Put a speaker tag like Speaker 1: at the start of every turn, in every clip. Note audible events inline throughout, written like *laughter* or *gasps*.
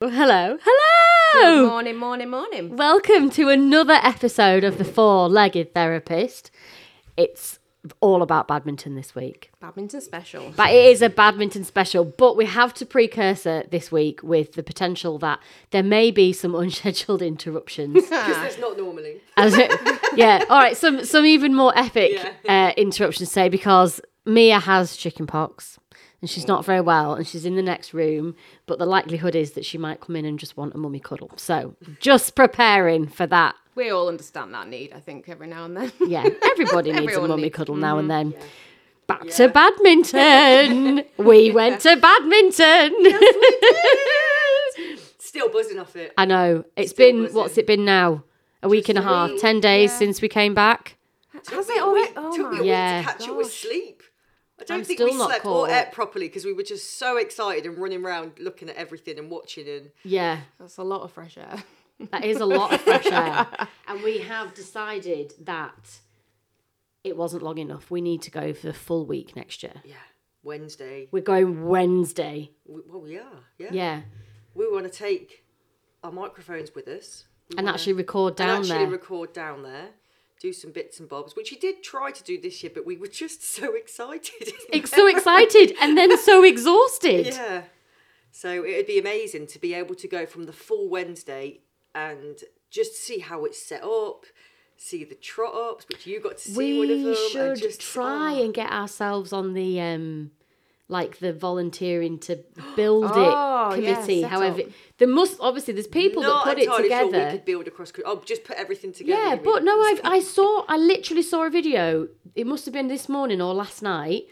Speaker 1: Oh, hello. Hello!
Speaker 2: Morning, morning, morning.
Speaker 1: Welcome to another episode of The Four Legged Therapist. It's all about badminton this week.
Speaker 2: Badminton special.
Speaker 1: But it is a badminton special. But we have to precursor this week with the potential that there may be some *laughs* unscheduled interruptions.
Speaker 3: Because that's not normally.
Speaker 1: As it- yeah. All right. Some some even more epic uh, interruptions say because Mia has chicken pox and she's not very well and she's in the next room, but the likelihood is that she might come in and just want a mummy cuddle. So just preparing for that.
Speaker 2: We all understand that need, I think, every now and then.
Speaker 1: Yeah. Everybody needs a
Speaker 2: Everyone
Speaker 1: mummy
Speaker 2: needs-
Speaker 1: cuddle now and then. Back to badminton. we went to badminton.
Speaker 3: Still buzzing off it.
Speaker 1: I know. It's
Speaker 3: Still
Speaker 1: been
Speaker 3: buzzing.
Speaker 1: what's it been now? A week and a
Speaker 3: a
Speaker 1: half,
Speaker 3: week,
Speaker 1: ten days since we came back.
Speaker 2: *laughs* Has
Speaker 3: Took me
Speaker 2: it
Speaker 3: a
Speaker 2: already?
Speaker 3: week-
Speaker 2: Oh
Speaker 3: took me a
Speaker 2: my
Speaker 3: week
Speaker 1: Yeah.
Speaker 3: to catch up with sleep. I don't
Speaker 1: I'm
Speaker 3: think
Speaker 1: still
Speaker 3: we
Speaker 1: not
Speaker 3: slept
Speaker 1: caught
Speaker 3: or
Speaker 1: up.
Speaker 3: ate properly because we were just so excited and running around looking at everything and watching and
Speaker 1: Yeah.
Speaker 2: That's a lot of fresh air.
Speaker 1: That is a lot of
Speaker 3: *laughs*
Speaker 1: fresh air. And we have decided that it wasn't long enough. We need to go for the full week next year.
Speaker 3: yeah. Wednesday,
Speaker 1: We're going Wednesday.
Speaker 3: we, well, we are. Yeah.
Speaker 1: Yeah.
Speaker 3: We want to take our microphones with us We
Speaker 1: And
Speaker 3: wanna-
Speaker 1: actually record down
Speaker 3: and actually
Speaker 1: there.
Speaker 3: record down there, do some bits and bobs, which we did try to do this year, but we were just *laughs* so excited.
Speaker 1: Ex- so excited and
Speaker 3: *laughs*
Speaker 1: then so exhausted.
Speaker 3: Yeah. So it would be amazing to be able to go from the full Wednesday and just see how it's set up, see the trot ups, which you got to see one of them.
Speaker 1: We
Speaker 3: and
Speaker 1: should
Speaker 3: just,
Speaker 1: try
Speaker 3: oh.
Speaker 1: and get ourselves on the um like the volunteering to build
Speaker 3: *gasps*
Speaker 1: it
Speaker 2: Oh, yeah,
Speaker 1: committee.
Speaker 2: set
Speaker 1: However,
Speaker 2: up.
Speaker 1: there must obviously there's people
Speaker 3: Not
Speaker 1: that put it
Speaker 3: entirely
Speaker 1: together.
Speaker 3: Sure we could build across. I'll just put everything together.
Speaker 1: Yeah,
Speaker 3: didn't we?
Speaker 1: but no, I I saw I literally saw a video. It must have been this morning or last night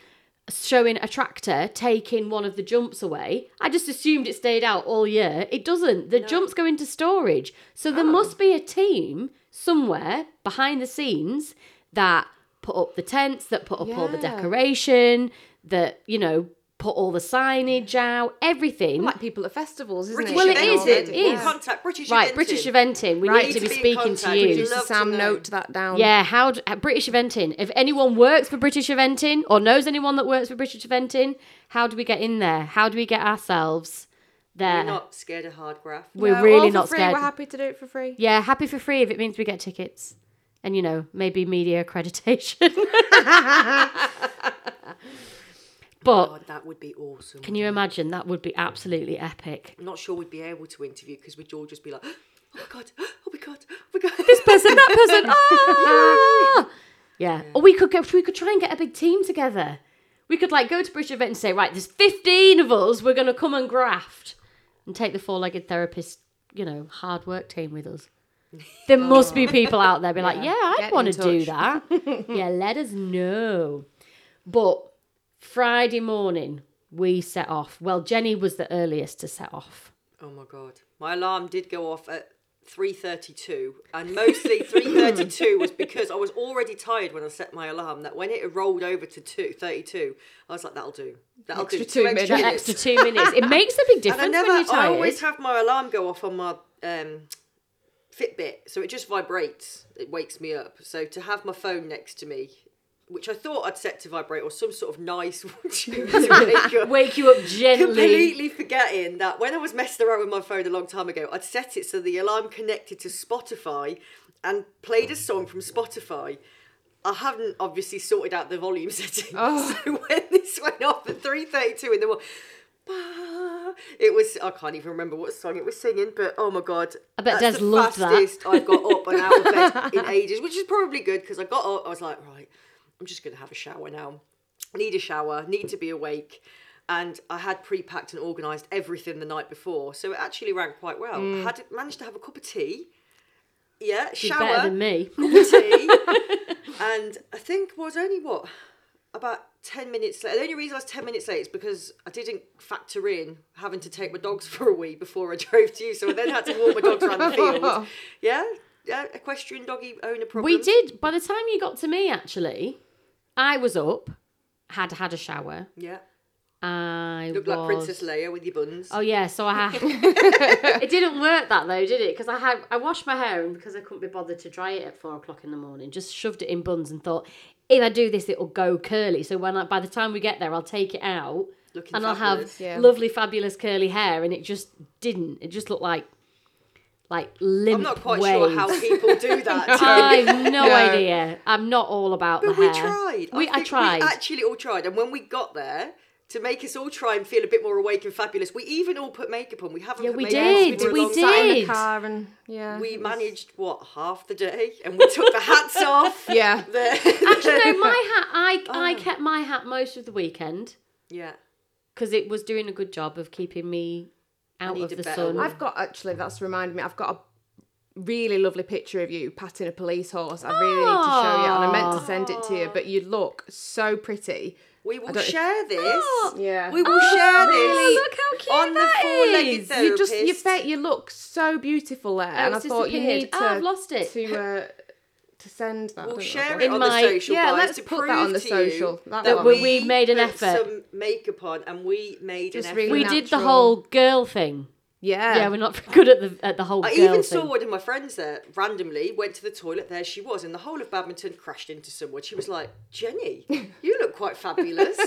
Speaker 1: showing a tractor taking one of the jumps away. I just assumed it stayed out all year. It doesn't. The jumps go into storage. So there must be a team somewhere behind the scenes that put up the tents, that put up all the
Speaker 2: Yeah.
Speaker 1: decoration, that, you know, put all the signage out, everything.
Speaker 2: *laughs* Like people at festivals, isn't
Speaker 3: British
Speaker 2: it?
Speaker 1: Well, it
Speaker 3: Eventing.
Speaker 1: is, it
Speaker 3: We'll
Speaker 1: is.
Speaker 3: Contact British
Speaker 1: right,
Speaker 3: Eventing.
Speaker 1: British Eventing, we
Speaker 2: Right.
Speaker 1: need to be
Speaker 3: Need to be in
Speaker 1: speaking to
Speaker 3: contact.
Speaker 1: you.
Speaker 3: Would you
Speaker 2: Producer
Speaker 3: Love to
Speaker 2: Sam,
Speaker 3: know.
Speaker 2: note that down.
Speaker 1: Yeah, how d- uh, British Eventing. If anyone works for British Eventing or knows anyone that works for British Eventing, how do we get in there? How do we get ourselves there?
Speaker 3: We're not scared of hard graft.
Speaker 1: We're
Speaker 2: No, all
Speaker 1: really
Speaker 2: for
Speaker 1: not
Speaker 2: free.
Speaker 1: scared.
Speaker 2: We're happy to do it
Speaker 1: *laughs*
Speaker 2: for free.
Speaker 1: yeah, happy for free if it means we get tickets and you know maybe media
Speaker 2: *laughs*
Speaker 1: accreditation. but
Speaker 3: Oh God, that would be awesome.
Speaker 1: can you imagine? That would be absolutely epic.
Speaker 3: I'm not sure we'd be able to interview because we'd all just be like, *gasps* oh my god, oh my god, oh my god.
Speaker 1: *laughs*
Speaker 3: *laughs*
Speaker 1: This person, that person. ah! Yeah. Or we could go. We could try and get a big team together. We could like go to British event and say, right, there's 15 of us. We're going to come and graft and take the four-legged therapist, you know, hard work team with us. There must be people out there be like, yeah, I'd
Speaker 2: Get
Speaker 1: want
Speaker 2: in
Speaker 1: to do that. yeah, let us know. But Friday morning we set off. Well, Jenny was the earliest to set off.
Speaker 3: Oh my god. My alarm did go off at 3:32 and
Speaker 1: *laughs*
Speaker 3: mostly 3:32 was because I was already tired when I set my alarm that when it rolled over to 2:32 I was like that'll do. That'll do.
Speaker 2: Extra two minutes.
Speaker 3: minutes.
Speaker 1: Extra two minutes. It makes a big
Speaker 3: And I
Speaker 1: difference
Speaker 3: never
Speaker 1: when you're
Speaker 3: I
Speaker 1: tired.
Speaker 3: always have my alarm go off on my um Fitbit so it just vibrates. It wakes me up. So to have my phone next to me which I thought I'd set to vibrate or some sort
Speaker 1: *laughs*
Speaker 3: of nice *laughs* tune to wake you up
Speaker 1: wake you up gently.
Speaker 3: completely forgetting that when I was messing around with my phone a long time ago, I'd set it so the alarm connected to Spotify and played a song from Spotify. I haven't obviously sorted out the volume *laughs* settings, so when this went off at three thirty-two in the morning, it was I can't even remember what song it was singing, but oh my god! I
Speaker 1: bet
Speaker 3: that's
Speaker 1: Des
Speaker 3: the
Speaker 1: loved that.
Speaker 3: fastest I've got up and out
Speaker 1: *laughs*
Speaker 3: of bed in ages, which is probably good because I got up. I was like, right, I'm just gonna have a shower now need a shower, need to be awake. And I had pre packed and organised everything the night before. So it actually ran quite well.
Speaker 1: Mm.
Speaker 3: I had managed to have a cup of tea. Yeah,
Speaker 1: Better
Speaker 3: shower,
Speaker 1: than me.
Speaker 3: cup of tea.
Speaker 1: *laughs*
Speaker 3: and I think was only what? About 10 minutes late. The only reason I was 10 minutes late is because I didn't factor in having to take my dogs *laughs* for a wee before I drove to you. So I then had to walk my
Speaker 1: *laughs*
Speaker 3: dogs around the field. Yeah, yeah, equestrian doggy owner problem.
Speaker 1: We did. By the time you got to me, actually, I was up, had had a shower.
Speaker 3: Yeah.
Speaker 1: I
Speaker 3: Looked
Speaker 1: was.
Speaker 3: like Princess Leia with your buns.
Speaker 1: Oh yeah, so I
Speaker 3: *laughs*
Speaker 1: had. it didn't work that though, did it? Because I had I washed my hair and because I couldn't be bothered to dry it at four o'clock in the morning, just shoved it in buns and thought if I do this, it'll go curly. So when I, by the time we get there, I'll take it out
Speaker 3: Looking
Speaker 1: and I'll have
Speaker 3: fabulous.
Speaker 2: Yeah.
Speaker 1: lovely, fabulous curly hair, and it just didn't. It just looked like like limp.
Speaker 3: I'm not quite
Speaker 1: waves.
Speaker 3: sure *laughs* how
Speaker 1: *laughs*
Speaker 3: people do that.
Speaker 1: I've no,
Speaker 2: No.
Speaker 1: idea. I'm not all about
Speaker 3: But
Speaker 1: the
Speaker 3: we
Speaker 1: hair.
Speaker 3: tried.
Speaker 1: We, I,
Speaker 3: think
Speaker 1: tried.
Speaker 3: We actually all tried. And when we got there, to make us all try and feel a bit more awake and fabulous, we even all put makeup on. We haven't
Speaker 1: Yeah,
Speaker 3: put
Speaker 1: we
Speaker 3: makeup
Speaker 1: did.
Speaker 3: on for a
Speaker 1: We
Speaker 3: long
Speaker 1: did.
Speaker 2: Sat
Speaker 3: time.
Speaker 2: in the
Speaker 1: Did.
Speaker 2: car and yeah. *laughs*
Speaker 3: We managed, what, half the day? And we took the hats off.
Speaker 2: yeah.
Speaker 3: The-
Speaker 1: Actually, no, my hat. I
Speaker 3: Oh.
Speaker 1: I kept my hat most of the weekend
Speaker 3: *laughs* yeah.
Speaker 1: because it was doing a good job of keeping me out
Speaker 3: need
Speaker 1: of
Speaker 3: a
Speaker 1: the
Speaker 3: better
Speaker 1: sun.
Speaker 3: one.
Speaker 2: I've got actually. That's reminded me. I've got a really lovely picture of you patting a police horse. I really need to show you, and I meant to send it to you, but you look so pretty.
Speaker 3: We will
Speaker 2: don't-
Speaker 3: share this.
Speaker 2: Yeah.
Speaker 3: We will
Speaker 1: Oh,
Speaker 3: share
Speaker 1: really?
Speaker 3: this
Speaker 1: Look how cute
Speaker 3: on the
Speaker 1: that
Speaker 3: four-legged
Speaker 1: is.
Speaker 3: therapist.
Speaker 2: You just you bet you look so beautiful there, and I
Speaker 1: it's
Speaker 2: thought you
Speaker 1: disappeared.
Speaker 2: need to.
Speaker 1: Oh, I've lost it.
Speaker 2: To uh, to send that. I don't
Speaker 3: We'll
Speaker 2: know
Speaker 3: share
Speaker 2: what-
Speaker 3: it
Speaker 1: In
Speaker 3: on
Speaker 1: my-
Speaker 3: the social,
Speaker 2: Yeah,
Speaker 3: guys,
Speaker 2: let's
Speaker 3: to
Speaker 2: put
Speaker 3: prove
Speaker 2: that on the
Speaker 3: to
Speaker 2: social.
Speaker 3: you
Speaker 2: That
Speaker 1: That we-
Speaker 2: one.
Speaker 1: we made an
Speaker 3: put
Speaker 1: effort.
Speaker 3: Some makeup on, and we made
Speaker 2: Just
Speaker 3: an effort.
Speaker 2: really
Speaker 1: we did the
Speaker 2: natural.
Speaker 1: whole girl thing.
Speaker 2: Yeah.
Speaker 1: Yeah, we're not good at the at the whole.
Speaker 3: I
Speaker 1: girl
Speaker 3: even
Speaker 1: thing.
Speaker 3: saw one of my friends there randomly went to the toilet. There she was, and the whole of badminton crashed into someone. She was like,
Speaker 1: *laughs*
Speaker 3: "Jenny, you look quite fabulous,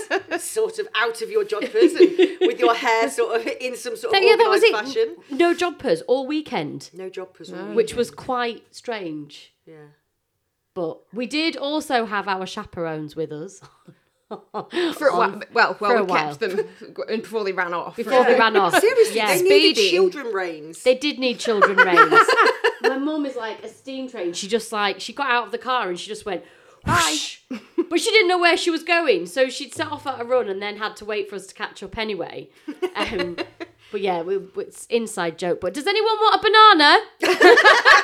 Speaker 3: sort of out of your jumpers and with your hair sort of in some sort of
Speaker 1: That- yeah, that was
Speaker 3: organised
Speaker 1: it.
Speaker 3: fashion."
Speaker 1: No jumpers all weekend,
Speaker 3: No job was all
Speaker 1: which was quite strange.
Speaker 3: yeah.
Speaker 1: But we did also have our chaperones with us.
Speaker 2: *laughs* for
Speaker 1: *laughs*
Speaker 2: a
Speaker 1: on-
Speaker 2: while, well,
Speaker 1: for a
Speaker 2: well, we
Speaker 1: while.
Speaker 2: kept them *laughs* and before they ran off.
Speaker 1: before *laughs* they ran off.
Speaker 3: *laughs* Seriously,
Speaker 1: yeah.
Speaker 3: they needed
Speaker 2: Speedy.
Speaker 3: children reins.
Speaker 1: They did need children reins. *laughs* My mum is like a steam train. She just like she got out of the car and she just went bye. but she didn't know where she was going, so she'd set off at a run and then had to wait for us to catch up anyway. *laughs* Um, but yeah, we, it's inside joke. But does anyone want a banana?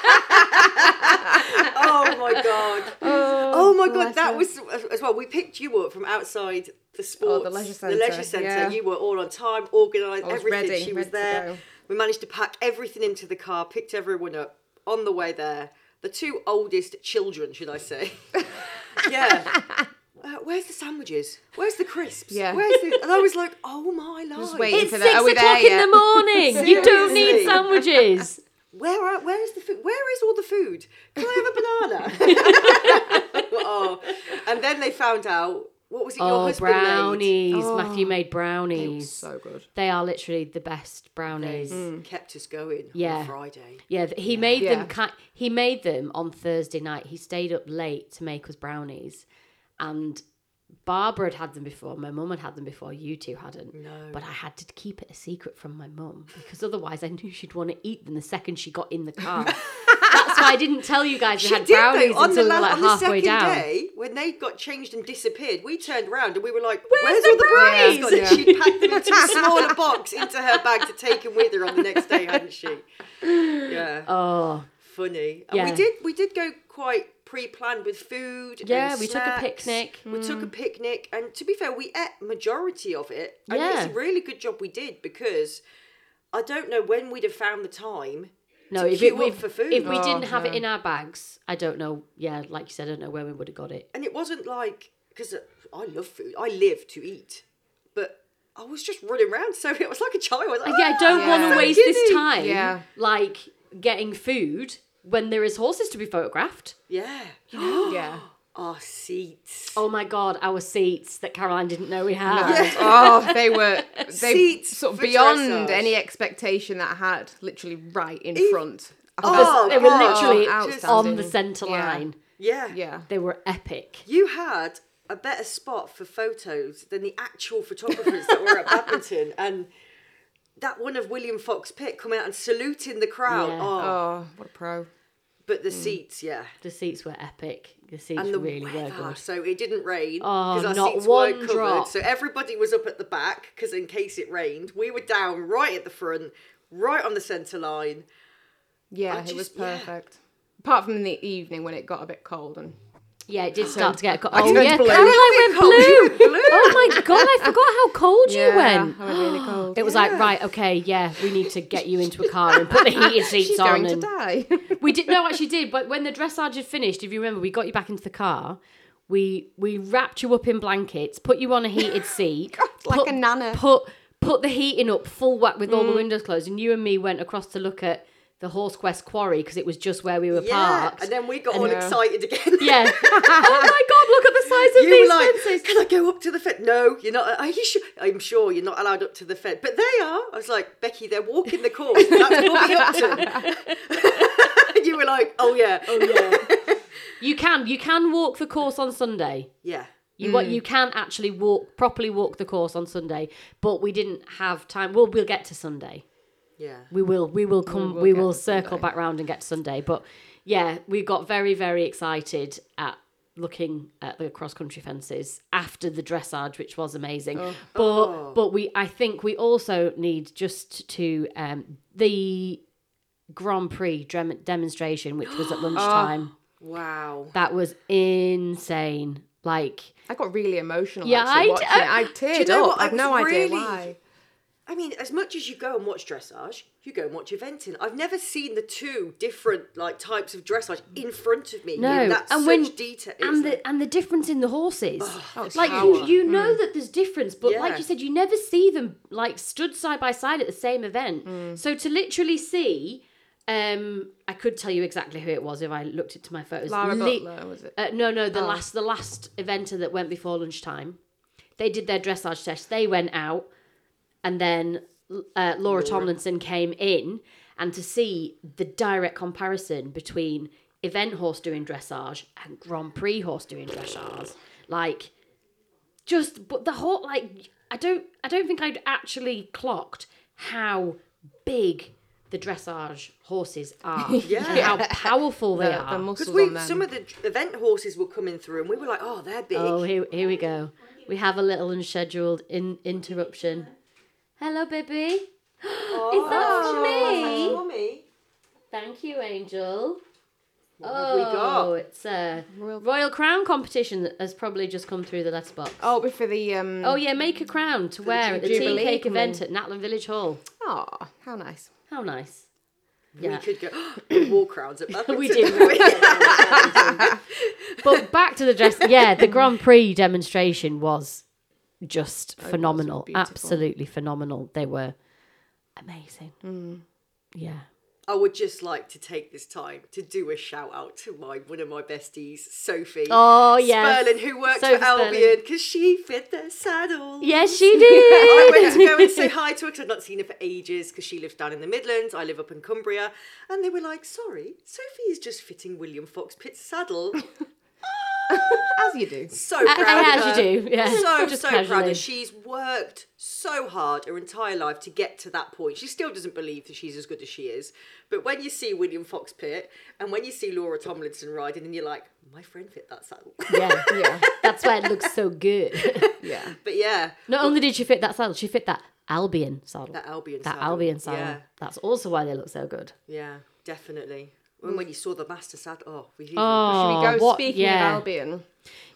Speaker 3: oh my
Speaker 2: *laughs*
Speaker 3: god. Oh, my god,
Speaker 2: bless
Speaker 3: that
Speaker 2: her.
Speaker 3: was uh, as well. We picked you up from outside the sports,
Speaker 2: Oh, the leisure
Speaker 3: The leisure
Speaker 2: centre,
Speaker 3: centre.
Speaker 2: yeah.
Speaker 3: You were all on time, organised,
Speaker 2: was
Speaker 3: everything.
Speaker 2: ready,
Speaker 3: she was
Speaker 2: ready to
Speaker 3: there.
Speaker 2: go.
Speaker 3: We managed to pack everything into the car, picked everyone up on the way there. The two oldest children, should
Speaker 2: *laughs*
Speaker 3: I say? yeah. Uh, where's the sandwiches? Where's the crisps?
Speaker 2: Yeah.
Speaker 3: Where's the... And I was like, oh my life.
Speaker 2: waiting.
Speaker 1: It's
Speaker 2: So
Speaker 1: six
Speaker 2: that- are we
Speaker 1: o'clock
Speaker 2: there
Speaker 1: in the
Speaker 2: yet?
Speaker 1: morning. *laughs* you don't need
Speaker 3: Seriously.
Speaker 1: sandwiches. *laughs*
Speaker 3: where are, where is the food? Where is all the food? Can I have a
Speaker 1: *laughs*
Speaker 3: banana? *laughs* oh, and then they found out what was it? your
Speaker 1: Oh,
Speaker 3: husband made?
Speaker 1: brownies! Matthew made brownies.
Speaker 2: so good.
Speaker 1: Oh. They are literally the best brownies.
Speaker 3: Mm, kept us going
Speaker 1: Yeah.
Speaker 3: on Friday.
Speaker 1: Yeah, th- he made
Speaker 2: Yeah.
Speaker 1: them. Ki- he made them on Thursday night. He stayed up late to make us brownies, and Barbara had had them before. My mum had had them before. You two hadn't. No. But I had to keep it a secret from my mum because otherwise I knew she'd want to eat them the second she got in the
Speaker 3: *laughs*
Speaker 1: car. That's why I didn't tell you guys we
Speaker 3: She
Speaker 1: had
Speaker 3: did
Speaker 1: brownies
Speaker 3: though, on the
Speaker 1: until we
Speaker 3: la-
Speaker 1: were like
Speaker 3: on the
Speaker 1: halfway
Speaker 3: second
Speaker 1: down.
Speaker 3: day when they got changed and disappeared. We turned round and we were like,
Speaker 1: Where's
Speaker 3: "Where's
Speaker 1: the
Speaker 3: all the brownies?"
Speaker 1: brownies?
Speaker 3: gone?" And *laughs* She packed them into a smaller box into her bag to take them with her on the next day,
Speaker 1: *laughs*
Speaker 3: hadn't she? Yeah,
Speaker 1: Oh,
Speaker 3: funny. And
Speaker 1: yeah.
Speaker 3: we did we did go quite pre-planned with food.
Speaker 1: Yeah,
Speaker 3: and
Speaker 1: we took a
Speaker 3: snacks.
Speaker 1: picnic. Mm.
Speaker 3: We took a picnic, and to be fair, we ate majority of it. And it's
Speaker 1: Yeah.
Speaker 3: a really good job we did because I don't know when we'd have found the time.
Speaker 1: no!
Speaker 3: to
Speaker 1: If,
Speaker 3: queue
Speaker 1: it,
Speaker 3: up
Speaker 1: if,
Speaker 3: for food.
Speaker 1: if we didn't
Speaker 2: Oh,
Speaker 1: have it
Speaker 2: no.
Speaker 1: in our bags, I don't know. Yeah, like you said, I don't know where we would have got it.
Speaker 3: and it wasn't like because I love food, I live to eat, but I was just running around, *laughs* so it was like a child. I was like,
Speaker 1: yeah, I don't
Speaker 3: "Ah,
Speaker 1: want
Speaker 3: so
Speaker 1: to waste this
Speaker 3: giddy."
Speaker 1: time,
Speaker 2: Yeah.
Speaker 1: like getting food when there is horses to be photographed.
Speaker 3: Yeah,
Speaker 2: *gasps*
Speaker 3: *gasps*
Speaker 2: Yeah.
Speaker 3: our seats,
Speaker 1: Oh my god, our seats that Caroline didn't know we had.
Speaker 2: oh, they *laughs* were they
Speaker 3: Seats
Speaker 2: sort of
Speaker 3: for
Speaker 2: beyond
Speaker 3: dressage.
Speaker 2: any expectation that I had. Literally right in front. I
Speaker 3: Oh,
Speaker 2: was-
Speaker 1: They were
Speaker 3: God.
Speaker 1: literally
Speaker 2: Outstanding.
Speaker 1: on the centre
Speaker 2: Yeah.
Speaker 1: line.
Speaker 3: yeah,
Speaker 2: yeah.
Speaker 1: They were epic.
Speaker 3: You had a better spot for photos than the actual photographers
Speaker 1: *laughs*
Speaker 3: that were at Badminton, and that one of William Fox Pitt coming out and saluting the crowd.
Speaker 1: Yeah.
Speaker 3: Oh,
Speaker 2: Oh, what a pro.
Speaker 3: but the seats, yeah.
Speaker 1: The seats were epic. The seats
Speaker 3: and the
Speaker 1: really
Speaker 3: weather.
Speaker 1: were good.
Speaker 3: So it didn't rain
Speaker 1: Oh,
Speaker 3: because our
Speaker 1: not
Speaker 3: seats
Speaker 1: one
Speaker 3: weren't covered.
Speaker 1: drop.
Speaker 3: So everybody was up at the back because in case it rained, we were down right at the front, right on the centre line.
Speaker 2: Yeah,
Speaker 3: I
Speaker 2: it was
Speaker 3: just- yeah.
Speaker 2: perfect. Apart from in the evening when it got a bit cold and
Speaker 1: Yeah, it did start to get cold.
Speaker 2: I
Speaker 1: Oh
Speaker 2: turned
Speaker 1: yeah,
Speaker 2: blue.
Speaker 1: Caroline went
Speaker 3: You
Speaker 1: blue.
Speaker 3: went blue.
Speaker 1: *laughs* oh my god, I forgot how cold you
Speaker 2: yeah,
Speaker 1: went.
Speaker 2: I
Speaker 1: *gasps*
Speaker 2: went really cold.
Speaker 1: It was like right, okay, yeah, we need to get you into a car and put the heated seats
Speaker 2: *laughs* She's
Speaker 1: on.
Speaker 2: going to
Speaker 1: and
Speaker 2: die. *laughs*
Speaker 1: We did no, actually did. But when the dressage had finished, if you remember, we got you back into the car. We we wrapped you up in blankets, put you on a heated seat,
Speaker 2: like
Speaker 1: put,
Speaker 2: a nana.
Speaker 1: Put put the heating up full whack with all the windows closed, and you and me went across to look at the Horse Quest Quarry because it was just where we were
Speaker 3: yeah.
Speaker 1: parked.
Speaker 3: And then we got
Speaker 1: And-
Speaker 3: all
Speaker 1: Yeah.
Speaker 3: excited again.
Speaker 1: yeah. oh my God! Look at the size of
Speaker 3: You
Speaker 1: these
Speaker 3: were like,
Speaker 1: fences.
Speaker 3: can I go up to the fed? No, you're not. Are you sure? I'm sure you're not allowed up to the fed, but they are. I was like, Becky, they're walking the course. That's Bobby Upton. *laughs* and you were like, oh yeah, oh yeah,
Speaker 1: You can you can walk the course on Sunday.
Speaker 3: yeah.
Speaker 1: You what you can actually walk properly walk the course on Sunday, but we didn't have time. Well, we'll get to Sunday.
Speaker 3: Yeah.
Speaker 1: We will we will come
Speaker 2: will
Speaker 1: we will,
Speaker 2: get to
Speaker 1: circle
Speaker 2: Sunday.
Speaker 1: back round and get to Sunday. But yeah, we got very very excited at looking at the cross country fences after the dressage which was amazing
Speaker 2: Oh.
Speaker 1: but but we i think we also need just to um the grand prix dem- demonstration which was
Speaker 2: *gasps*
Speaker 1: at lunchtime
Speaker 3: Wow.
Speaker 1: that was insane like
Speaker 2: I got really emotional.
Speaker 1: Yeah,
Speaker 2: actually,
Speaker 1: I d- uh,
Speaker 2: watching it. I teared
Speaker 3: you know
Speaker 2: up.
Speaker 3: what? I
Speaker 2: I've no
Speaker 3: was
Speaker 2: idea
Speaker 3: really-
Speaker 2: why.
Speaker 3: I mean, as much as you go and watch dressage, you go and watch eventing. I've never seen the two different like types of dressage in front of me.
Speaker 1: No,
Speaker 3: in that
Speaker 1: and
Speaker 3: such
Speaker 1: when-
Speaker 3: detail. Oh,
Speaker 1: and the and the difference in the horses.
Speaker 2: it's
Speaker 1: like
Speaker 2: power.
Speaker 1: you, you know that there's difference, but
Speaker 3: Hmm. Yeah.
Speaker 1: like you said, you never see them like stood side by side at the same event.
Speaker 3: Hmm.
Speaker 1: So to literally see, um, I could tell you exactly who it was if I looked into my photos.
Speaker 2: Lara
Speaker 1: Le-
Speaker 2: Butler was it?
Speaker 1: Uh, no, no, the last the last eventer that went before lunchtime, they did their dressage test. They went out, and then uh, Laura Tomlinson came in, and to see the direct comparison between event horse doing dressage and Grand Prix horse doing dressage, like just but the whole like I don't I don't think I'd actually clocked how big the dressage horses are,
Speaker 3: Yeah.
Speaker 1: and how powerful they
Speaker 2: The,
Speaker 1: are.
Speaker 2: the muscles
Speaker 3: Because we
Speaker 1: um,
Speaker 2: on them.
Speaker 3: some of the event horses were coming through, and we were like, "Oh, they're big."
Speaker 1: Oh, here, here we go. We have a little unscheduled in- interruption. Hello, baby. Is
Speaker 3: Oh,
Speaker 1: that me?
Speaker 3: Mummy.
Speaker 1: Thank you, Angel.
Speaker 3: have we got?
Speaker 1: Oh, it's a Royal, Crown competition that has probably just come through the letterbox.
Speaker 2: oh, but for the um.
Speaker 1: Oh, yeah, make a crown to wear at the tea
Speaker 2: Jubilee
Speaker 1: cake
Speaker 2: coming.
Speaker 1: event at Natland Village Hall.
Speaker 2: Aw, oh, how nice.
Speaker 1: How nice. Yeah.
Speaker 3: We could go *gasps* war crowds at Badminton.
Speaker 1: *laughs* we did. but back to the dress. Yeah, the Grand Prix demonstration was just phenomenal.
Speaker 2: beautiful.
Speaker 1: Absolutely phenomenal. They were amazing. Yeah.
Speaker 3: *laughs* I would just like to take this time to do a shout out to my one of my besties, Sophie.
Speaker 1: Oh, yes.
Speaker 3: Sperlin, who works
Speaker 1: Sophie
Speaker 3: for
Speaker 1: Sperling.
Speaker 3: Albion because she fit their saddle.
Speaker 1: Yes, *laughs* she
Speaker 3: I
Speaker 1: did.
Speaker 3: went to go
Speaker 1: *laughs*
Speaker 3: and say hi to her because I'd not seen her for ages because she lives down in the Midlands. I live up in Cumbria. And they were like, sorry, Sophie is just fitting William Fox Pitt's saddle.
Speaker 2: As you do.
Speaker 3: So proud of
Speaker 1: as
Speaker 3: her.
Speaker 1: you do, yeah.
Speaker 3: So,
Speaker 1: *laughs* Just
Speaker 3: so proud.
Speaker 1: casually.
Speaker 3: And she's worked so hard her entire life to get to that point. She still doesn't believe that she's as good as she is. But when you see William Fox Pitt and when you see Laura Tomlinson riding, and you're like, my friend fit that saddle. *laughs*
Speaker 1: yeah.
Speaker 2: Yeah,
Speaker 1: That's why it looks so good.
Speaker 2: yeah.
Speaker 3: but yeah,
Speaker 1: Not only did she fit that saddle, she fit that Albion saddle.
Speaker 3: that Albion
Speaker 1: That
Speaker 3: saddle.
Speaker 1: Albion saddle.
Speaker 3: Yeah,
Speaker 1: That's also why they look so good.
Speaker 3: yeah definitely. And when you saw the master saddle, oh, we even
Speaker 1: Oh,
Speaker 2: Should we go
Speaker 1: what-
Speaker 2: speaking
Speaker 1: yeah.
Speaker 2: of Albion?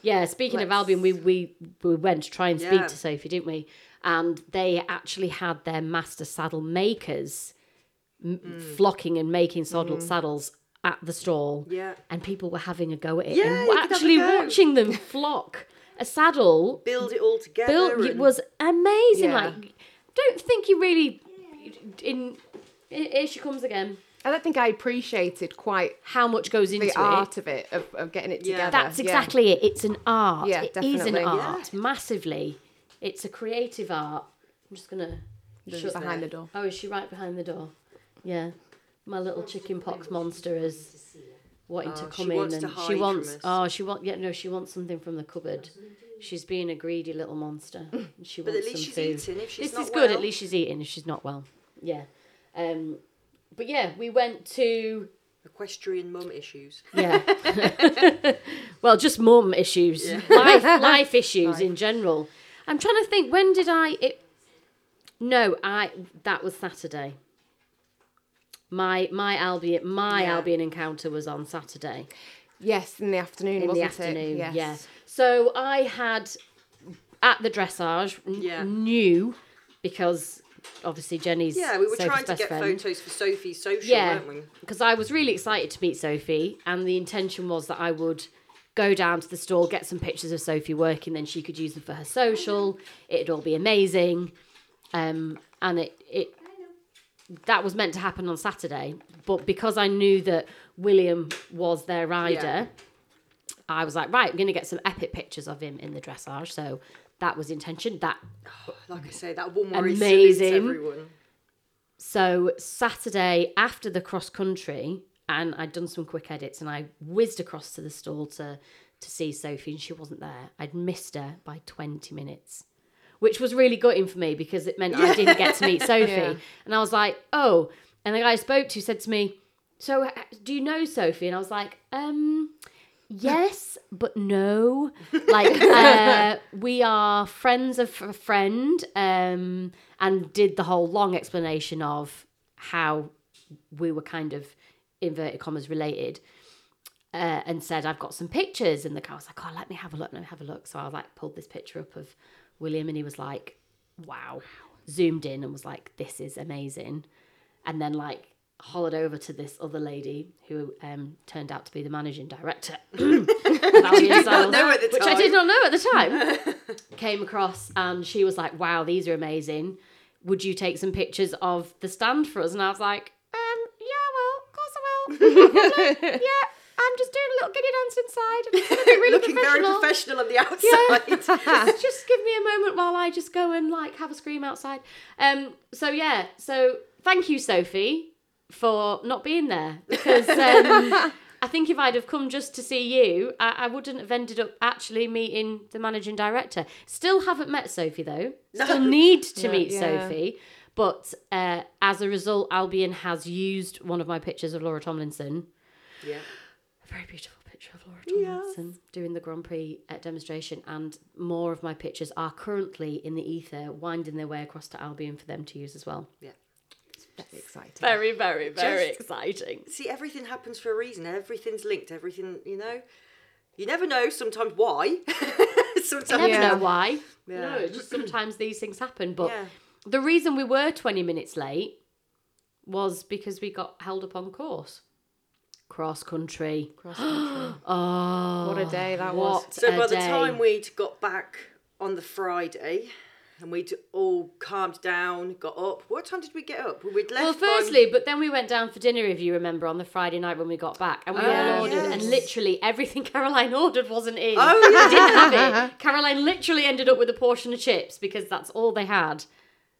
Speaker 1: Yeah, speaking of Albion, we, we we went to try and speak
Speaker 3: Yeah.
Speaker 1: to Sophie, didn't we? And they actually had their master saddle makers m-
Speaker 3: Mm.
Speaker 1: flocking and making saddle saddles at the stall.
Speaker 3: Yeah.
Speaker 1: And people were having a go at it
Speaker 3: Yeah,
Speaker 1: and
Speaker 3: you could have a
Speaker 1: actually
Speaker 3: go.
Speaker 1: watching them flock a saddle
Speaker 3: build it all together.
Speaker 1: built it
Speaker 3: and-
Speaker 1: was amazing.
Speaker 2: Yeah.
Speaker 1: Like don't think you really in here she comes again.
Speaker 2: I don't think I appreciated quite
Speaker 1: How much goes into
Speaker 2: the
Speaker 1: it?
Speaker 2: art of it, of, of getting it
Speaker 3: Yeah.
Speaker 2: together.
Speaker 1: That's
Speaker 2: Yeah.
Speaker 1: exactly it. It's an art.
Speaker 2: Yeah,
Speaker 1: it is an
Speaker 2: definitely.
Speaker 1: art, massively. It's a creative art. I'm just gonna.
Speaker 2: She's behind the door.
Speaker 1: Oh, is she right behind the door? Yeah, my little chicken pox monster is wanting to
Speaker 3: Oh, she
Speaker 1: come in,
Speaker 3: wants
Speaker 1: and
Speaker 3: to hide
Speaker 1: she
Speaker 3: from
Speaker 1: wants.
Speaker 3: us.
Speaker 1: Oh, she wants. Yeah, no, she wants something from the cupboard. She's being a greedy little
Speaker 3: *laughs*
Speaker 1: monster. and She
Speaker 3: But
Speaker 1: wants
Speaker 3: at least
Speaker 1: some
Speaker 3: she's
Speaker 1: food
Speaker 3: eating. If she's
Speaker 1: this
Speaker 3: not
Speaker 1: is good.
Speaker 3: well.
Speaker 1: At least she's eating. If she's not well, yeah. Um, but yeah, we went to
Speaker 3: equestrian mum issues.
Speaker 1: yeah. well, just mum issues, life, life
Speaker 3: *laughs*
Speaker 1: issues in general. I'm trying to think. When did I? It, no, I that was Saturday. My my Albion my
Speaker 3: Yeah.
Speaker 1: Albion encounter was on Saturday
Speaker 2: Yes, in the afternoon,
Speaker 1: in the
Speaker 2: wasn't
Speaker 1: afternoon.
Speaker 2: it? Yes.
Speaker 1: Yeah. So I had at the dressage n-
Speaker 3: Yeah.
Speaker 1: knew because obviously Jenny's
Speaker 3: Yeah, we were
Speaker 1: Sophie's
Speaker 3: trying to
Speaker 1: best
Speaker 3: get
Speaker 1: friend
Speaker 3: photos for Sophie's social,
Speaker 1: yeah,
Speaker 3: weren't we?
Speaker 1: because I was really excited to meet Sophie, and the intention was that I would go down to the store, get some pictures of Sophie working, then she could use them for her social. It'd all be amazing, um, and it it that was meant to happen on Saturday, but because I knew that William was their rider,
Speaker 3: Yeah.
Speaker 1: I was like, right, I'm going to get some epic pictures of him in the dressage. So that was intention. That
Speaker 3: Like I say, that one where he
Speaker 1: Amazing.
Speaker 3: salutes everyone.
Speaker 1: so Saturday after the cross country, and I'd done some quick edits, and I whizzed across to the stall to to see Sophie, and she wasn't there. I'd missed her by twenty minutes, which was really gutting for me because it meant I didn't get to meet Sophie,
Speaker 2: Yeah.
Speaker 1: and I was like, oh. And the guy I spoke to said to me, "So, h- do you know Sophie?" And I was like, um. Yes, but no. Like uh, we are friends of a friend, um, and did the whole long explanation of how we were kind of inverted commas related, uh, and said I've got some pictures, and the guy was like, "Oh, let me have a look, let me have a look." So I like pulled this picture up of William, and he was like, "Wow," zoomed in and was like, "This is amazing," and then like hollered over to this other lady who um, turned out to be the managing
Speaker 3: *laughs*
Speaker 1: director. *laughs* About the inside
Speaker 3: know
Speaker 1: of
Speaker 3: at the
Speaker 1: Which I did
Speaker 3: time.
Speaker 1: not know at the time.
Speaker 3: *laughs*
Speaker 1: Came across and she was like, "Wow, these are amazing. Would you take some pictures of the stand for us?" And I was like, "Um, yeah, well, of
Speaker 3: *laughs*
Speaker 1: course I will. yeah, I'm just doing a little giddy dance inside. I'm just gonna be really
Speaker 3: Looking very
Speaker 1: professional.
Speaker 3: professional on the
Speaker 1: *laughs*
Speaker 3: outside.
Speaker 1: just, just give me a moment while I just go and like have a scream outside. Um. So yeah. So thank you, Sophie, for not being there because um, I think if I'd have come just to see you, I, I wouldn't have ended up actually meeting the managing director. Still haven't met Sophie though. Still need to meet
Speaker 2: yeah.
Speaker 1: Sophie. But uh, as a result, Albion has used one of my pictures of Laura Tomlinson
Speaker 3: yeah.
Speaker 1: a very beautiful picture of Laura Tomlinson doing the Grand Prix uh, demonstration, and more of my pictures are currently in the ether, winding their way across to Albion for them to use as well.
Speaker 3: Yeah.
Speaker 2: Exciting.
Speaker 1: Very, very,
Speaker 3: very
Speaker 1: exciting.
Speaker 3: See, everything happens for a reason. Everything's linked. Everything, you know. You never know sometimes why. *laughs* sometimes
Speaker 1: I never
Speaker 2: Yeah.
Speaker 1: know why.
Speaker 3: Yeah.
Speaker 1: No, it's just sometimes these things happen. But
Speaker 3: Yeah.
Speaker 1: the reason we were 20 minutes late was because we got held up on course. Cross country.
Speaker 2: Cross country.
Speaker 1: *gasps* Oh,
Speaker 2: What a day that was.
Speaker 1: what
Speaker 3: So
Speaker 1: a
Speaker 3: by the
Speaker 1: day.
Speaker 3: time we'd got back on the Friday and we'd all calmed down, got up. What time did we get up? We'd left.
Speaker 1: Well,
Speaker 3: by-
Speaker 1: firstly, but then we went down for dinner, if you remember, on the Friday night when we got back, and we all
Speaker 2: Oh,
Speaker 1: ordered, and
Speaker 3: yes.
Speaker 1: literally everything *laughs* Caroline ordered wasn't in.
Speaker 3: Oh, yeah.
Speaker 1: *laughs* Didn't have
Speaker 3: *laughs*
Speaker 1: it. Caroline literally ended up with a portion of chips because that's all they had.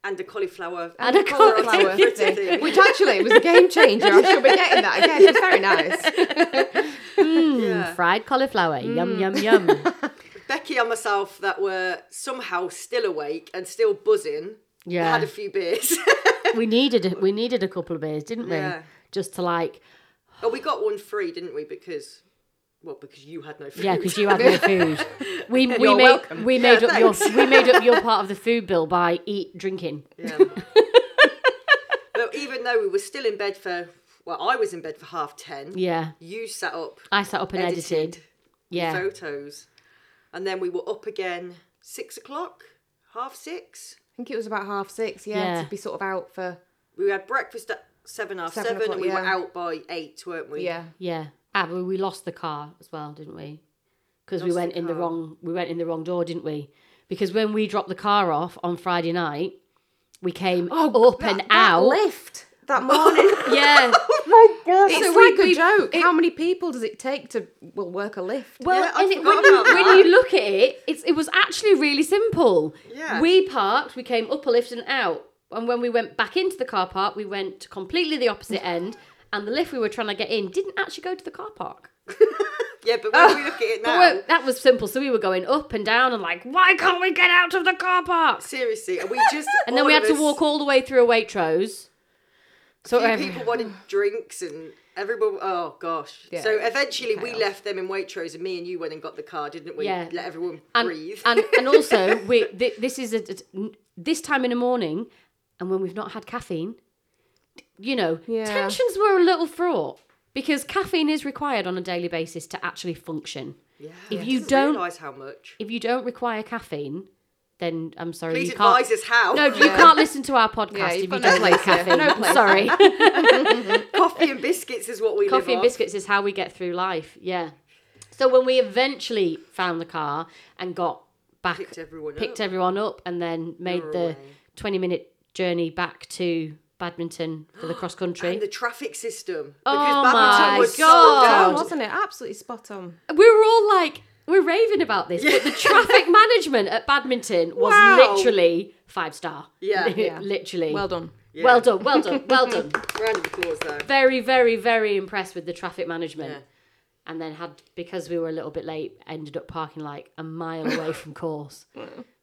Speaker 3: and a cauliflower.
Speaker 1: And a
Speaker 2: Flower
Speaker 3: *laughs*
Speaker 1: cauliflower.
Speaker 3: Pretty
Speaker 2: thing. *laughs*
Speaker 3: thing.
Speaker 2: Which actually was a game changer. I shall be getting that again. It was very nice.
Speaker 3: Yeah.
Speaker 1: Fried cauliflower.
Speaker 3: Mm.
Speaker 1: Yum, yum, yum.
Speaker 3: *laughs* Becky and myself that were somehow still awake and still buzzing.
Speaker 1: Yeah.
Speaker 3: Had a few beers. *laughs*
Speaker 1: we needed it. We needed a couple of beers, didn't we?
Speaker 3: Yeah.
Speaker 1: Just to like,
Speaker 3: oh, we got one free, didn't we? Because, well, because you had no food.
Speaker 1: yeah, because you had
Speaker 3: *laughs*
Speaker 1: no food. We, we
Speaker 2: You're
Speaker 1: made
Speaker 2: welcome.
Speaker 1: we made
Speaker 3: Yeah,
Speaker 1: up your
Speaker 3: thanks.
Speaker 1: we made up
Speaker 3: *laughs*
Speaker 1: your part of the food bill by eat drinking. *laughs*
Speaker 3: Yeah. but even though we were still in bed for, well, I was in bed for half ten.
Speaker 1: Yeah,
Speaker 3: You sat up,
Speaker 1: I sat up and edited.
Speaker 3: edited
Speaker 1: Yeah,
Speaker 3: photos, and then we were up again six o'clock, half six.
Speaker 2: I think it was about half six, yeah,
Speaker 1: Yeah.
Speaker 2: to be sort of out for
Speaker 3: We had breakfast at seven, half
Speaker 2: Seven
Speaker 3: seven,
Speaker 2: o'clock,
Speaker 3: and we were
Speaker 2: yeah.
Speaker 3: out by eight, weren't we?
Speaker 2: yeah.
Speaker 1: Yeah. Ah, but we lost the car as well, didn't we? Because we
Speaker 3: Lost
Speaker 1: went
Speaker 3: the
Speaker 1: in the
Speaker 3: car.
Speaker 1: wrong we went in the wrong door, didn't we? Because when we dropped the car off on Friday night, we came
Speaker 3: Oh,
Speaker 1: up and out.
Speaker 2: lift
Speaker 1: *laughs*
Speaker 2: that morning.
Speaker 3: *laughs*
Speaker 1: Yeah.
Speaker 2: it's
Speaker 1: we-
Speaker 2: like a
Speaker 1: we-
Speaker 2: joke. How many people does it take to well work a lift?
Speaker 1: Well,
Speaker 3: Yeah, I
Speaker 1: and it,
Speaker 3: forgot
Speaker 1: when, you,
Speaker 3: about
Speaker 1: when
Speaker 3: that.
Speaker 1: you look at it, it's, it was actually really simple.
Speaker 3: Yeah.
Speaker 1: We parked, we came up a lift and out. And when we went back into the car park, we went to completely the opposite end. And the lift we were trying to get in didn't actually go to the car park.
Speaker 3: Yeah, but
Speaker 1: *laughs*
Speaker 3: when we look at it
Speaker 1: But
Speaker 3: now,
Speaker 1: we- that was simple. So we were going up and down and like, why can't we get out of the car park? *laughs*
Speaker 3: seriously, and we just
Speaker 1: And then
Speaker 3: all
Speaker 1: we
Speaker 3: of
Speaker 1: had to
Speaker 3: us-
Speaker 1: walk all the way through a Waitrose. So
Speaker 3: few
Speaker 1: every-
Speaker 3: people wanted drinks and. Everyone, oh gosh!
Speaker 2: Yeah,
Speaker 3: so
Speaker 2: it was
Speaker 3: eventually, we
Speaker 2: chaos.
Speaker 3: left them in Waitrose, and me and you went and got the car, didn't we?
Speaker 1: Yeah.
Speaker 3: Let everyone
Speaker 1: and,
Speaker 3: breathe.
Speaker 1: and and also we th- this is a, this time in the morning, and when we've not had caffeine, you know,
Speaker 2: Yeah.
Speaker 1: tensions were a little fraught because caffeine is required on a daily basis to actually function.
Speaker 3: yeah.
Speaker 1: if
Speaker 3: I
Speaker 1: you
Speaker 3: didn't
Speaker 1: don't-
Speaker 3: realise how much,
Speaker 1: If you don't require caffeine, then I'm sorry,
Speaker 3: please
Speaker 1: you can't.
Speaker 3: advise us how.
Speaker 1: No, you can't listen to our podcast
Speaker 2: Yeah,
Speaker 1: if you
Speaker 2: you've
Speaker 1: don't
Speaker 2: got no
Speaker 1: like
Speaker 2: place here.
Speaker 1: caffeine.
Speaker 2: No place.
Speaker 1: Sorry,
Speaker 3: *laughs* coffee and biscuits is what we
Speaker 1: coffee and
Speaker 3: live off.
Speaker 1: biscuits is how we get through life. Yeah. So when we eventually found the car and got back
Speaker 3: Picked everyone
Speaker 1: picked
Speaker 3: up.
Speaker 1: everyone up and then made
Speaker 3: were
Speaker 1: the
Speaker 3: away.
Speaker 1: 20 minute journey back to badminton for the
Speaker 3: *gasps*
Speaker 1: cross country.
Speaker 3: And the traffic system.
Speaker 1: Oh my
Speaker 3: so
Speaker 1: God.
Speaker 2: Spot on,
Speaker 3: down.
Speaker 2: wasn't it? Absolutely spot on.
Speaker 1: we were all like, we're raving about this, but the traffic management at badminton was
Speaker 3: Wow.
Speaker 1: literally five star. *laughs*
Speaker 3: Yeah. Yeah.
Speaker 1: literally.
Speaker 2: Well done.
Speaker 1: Well done. Well done. Well
Speaker 3: *laughs*
Speaker 1: done.
Speaker 3: Round of applause though.
Speaker 1: very, very, very impressed with the traffic management.
Speaker 3: Yeah.
Speaker 1: And then had because we were a little bit late, ended up parking like a mile away from
Speaker 3: *laughs*
Speaker 1: course.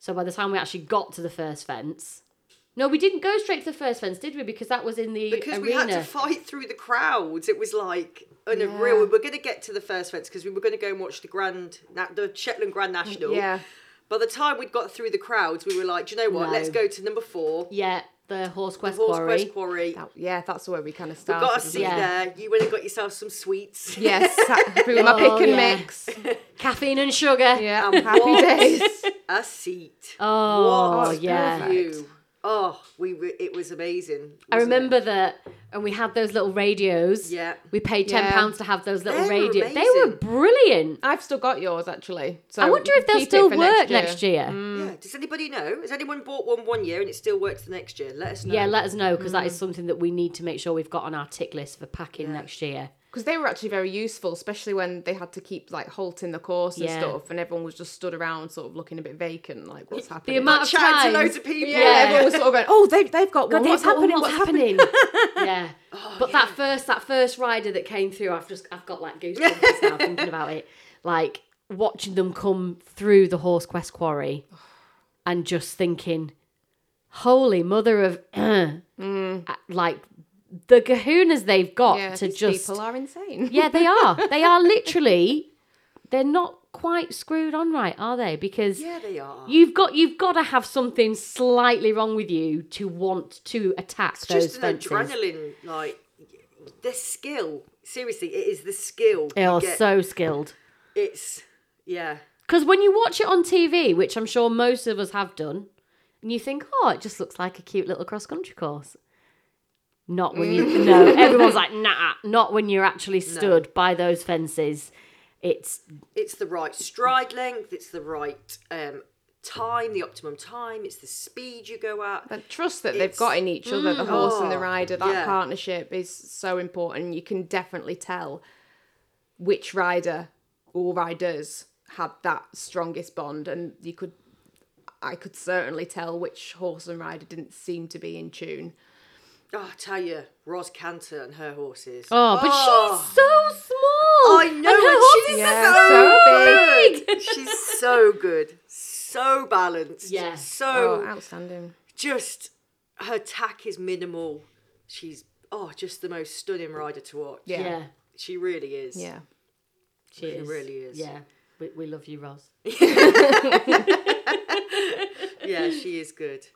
Speaker 1: So by the time we actually got to the first fence, no, we didn't go straight to the first fence, did we? Because that was in the
Speaker 3: Because
Speaker 1: arena.
Speaker 3: we had to fight through the crowds. It was like unreal.
Speaker 2: Yeah.
Speaker 3: We were going to get to the first fence because we were going to go and watch the Grand, Na- the Shetland Grand National.
Speaker 2: Yeah.
Speaker 3: By the time we'd got through the crowds, we were like, do you know what?
Speaker 1: No.
Speaker 3: Let's go to number four,
Speaker 1: yeah, the Horse Quest
Speaker 3: Horse
Speaker 1: Quarry.
Speaker 3: Quest Quarry.
Speaker 2: That- yeah, that's where we kind of
Speaker 3: We
Speaker 2: started.
Speaker 3: got a
Speaker 2: wasn't
Speaker 3: seat
Speaker 2: it?
Speaker 1: Yeah.
Speaker 3: there. You went and got yourself some
Speaker 1: *laughs*
Speaker 2: *laughs*
Speaker 3: sweets.
Speaker 2: Yes, happy with my
Speaker 1: Oh,
Speaker 2: pick and
Speaker 1: yeah.
Speaker 2: mix.
Speaker 3: *laughs*
Speaker 1: Caffeine and sugar.
Speaker 2: Yeah,
Speaker 3: And
Speaker 2: happy
Speaker 3: what
Speaker 2: days.
Speaker 3: *laughs* a seat.
Speaker 1: *laughs* Oh,
Speaker 3: what
Speaker 1: yeah.
Speaker 3: a view. Oh, we were, it was amazing.
Speaker 1: I
Speaker 3: wasn't it?
Speaker 1: remember that, and we had those little radios.
Speaker 3: Yeah.
Speaker 1: We paid ten
Speaker 2: Yeah.
Speaker 1: pounds to have those little
Speaker 3: They were
Speaker 1: radios. They were
Speaker 3: amazing.
Speaker 1: brilliant.
Speaker 2: I've still got yours actually. So
Speaker 1: I wonder if they'll
Speaker 2: keep it
Speaker 1: still
Speaker 2: for
Speaker 1: work next year.
Speaker 3: Yeah. Does anybody know? Has anyone bought one one year and it still works the next year? Let us know.
Speaker 1: Yeah, let us know because that is something that we need to make sure we've got on our tick list for packing next year.
Speaker 2: because they were actually very useful, especially when they had to keep like halting the course and
Speaker 1: Yeah.
Speaker 2: stuff, and everyone was just stood around, sort of looking a bit vacant, like what's happening.
Speaker 1: The amount of
Speaker 3: Chatting
Speaker 1: times,
Speaker 3: to loads of people.
Speaker 2: yeah,
Speaker 1: Yeah.
Speaker 2: everyone was sort of going, oh, they've they've got one.
Speaker 1: God,
Speaker 2: what's
Speaker 1: they've got one,
Speaker 2: happening?
Speaker 1: what's happening? yeah, but that first that first rider that came through, I've just I've got like goosebumps now thinking about it. Like watching them come through the Horse Quest Quarry, and just thinking, "Holy Mother of," *clears throat* Uh, like the Kahunas they've got
Speaker 2: Yeah,
Speaker 1: to
Speaker 2: these
Speaker 1: just
Speaker 2: people are *laughs* insane.
Speaker 1: Yeah, they are. They are literally. They're not quite screwed on right, are they? Because
Speaker 3: Yeah, they are.
Speaker 1: you've got you've got to have something slightly wrong with you to want to attack
Speaker 3: It's
Speaker 1: those
Speaker 3: just an
Speaker 1: fences.
Speaker 3: adrenaline, like the skill. Seriously, it is the skill.
Speaker 1: They
Speaker 3: you
Speaker 1: are
Speaker 3: get.
Speaker 1: so skilled.
Speaker 3: It's yeah.
Speaker 1: Because when you watch it on TV, which I'm sure most of us have done, and you think, oh, it just looks like a cute little cross country course. Not when
Speaker 3: *laughs*
Speaker 1: you no, everyone's like, nah. Not when you're actually stood by those fences. It's
Speaker 3: It's the right stride length. It's the right um, time, the optimum time. It's the speed you go at.
Speaker 2: The trust that
Speaker 3: It's-
Speaker 2: they've got in each other, the horse and the rider, that
Speaker 3: yeah.
Speaker 2: partnership is so important. You can definitely tell which rider or riders had that strongest bond, and you could, I could certainly tell which horse and rider didn't seem to be in tune.
Speaker 3: Oh, I tell you, Ros Cantor and her horses. Ah,
Speaker 1: Oh, but she's so small.
Speaker 3: I know,
Speaker 1: And her
Speaker 3: and
Speaker 1: horse is so big.
Speaker 2: Yeah, so
Speaker 3: she's She's so good, so balanced.
Speaker 1: Yeah.
Speaker 2: Oh,
Speaker 3: So
Speaker 2: outstanding!
Speaker 3: just her tack is minimal. She's oh, just the most stunning rider to watch.
Speaker 1: Yeah.
Speaker 2: Yeah.
Speaker 3: She really is.
Speaker 2: Yeah,
Speaker 1: she is.
Speaker 3: really is.
Speaker 1: Yeah, we, we love you, Ros.
Speaker 3: *laughs* yeah, she is good.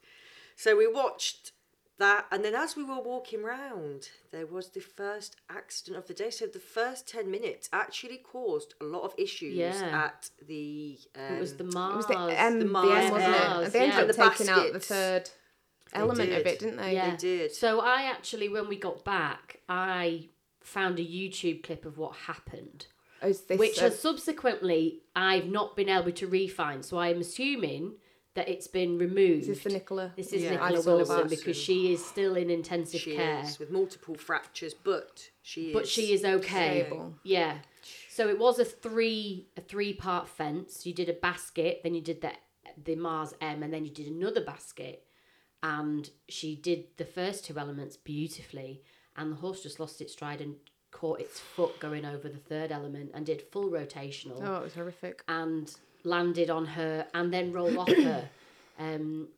Speaker 3: So we watched that, and then as we were walking round, there was the first accident of the day. So the first ten minutes actually caused a lot of issues
Speaker 1: Yeah.
Speaker 3: at the. Um,
Speaker 1: It was the
Speaker 2: it
Speaker 1: Mars.
Speaker 2: was the M, the,
Speaker 3: Mars,
Speaker 2: M, wasn't
Speaker 1: Mars,
Speaker 2: it? And they
Speaker 1: yeah.
Speaker 2: ended
Speaker 3: And
Speaker 2: up
Speaker 3: the
Speaker 2: taking out the
Speaker 3: baskets.
Speaker 2: third element
Speaker 3: did.
Speaker 2: of it, didn't they?
Speaker 1: yeah.
Speaker 3: did.
Speaker 1: So I actually, when we got back, I found a YouTube clip of what happened,
Speaker 2: Oh, is this
Speaker 1: which
Speaker 2: a-
Speaker 1: has subsequently I've not been able to re-find. So I'm assuming that it's been removed.
Speaker 2: is this the Nicola?
Speaker 1: This is
Speaker 3: Yeah,
Speaker 1: Nicola
Speaker 2: I saw
Speaker 1: Wilson
Speaker 2: that.
Speaker 1: because she is still in intensive
Speaker 3: she
Speaker 1: care,
Speaker 3: is with multiple fractures, but she is.
Speaker 1: but she is okay.
Speaker 2: Stable.
Speaker 1: Yeah. So it was a three a three part fence. You did a basket, then you did the the Mars M, and then you did another basket. And she did the first two elements beautifully, and the horse just lost its stride and caught its foot going over the third element and did full rotational
Speaker 2: Oh, it was horrific.
Speaker 1: and landed on her and then rolled off
Speaker 2: *coughs*
Speaker 1: her. Um,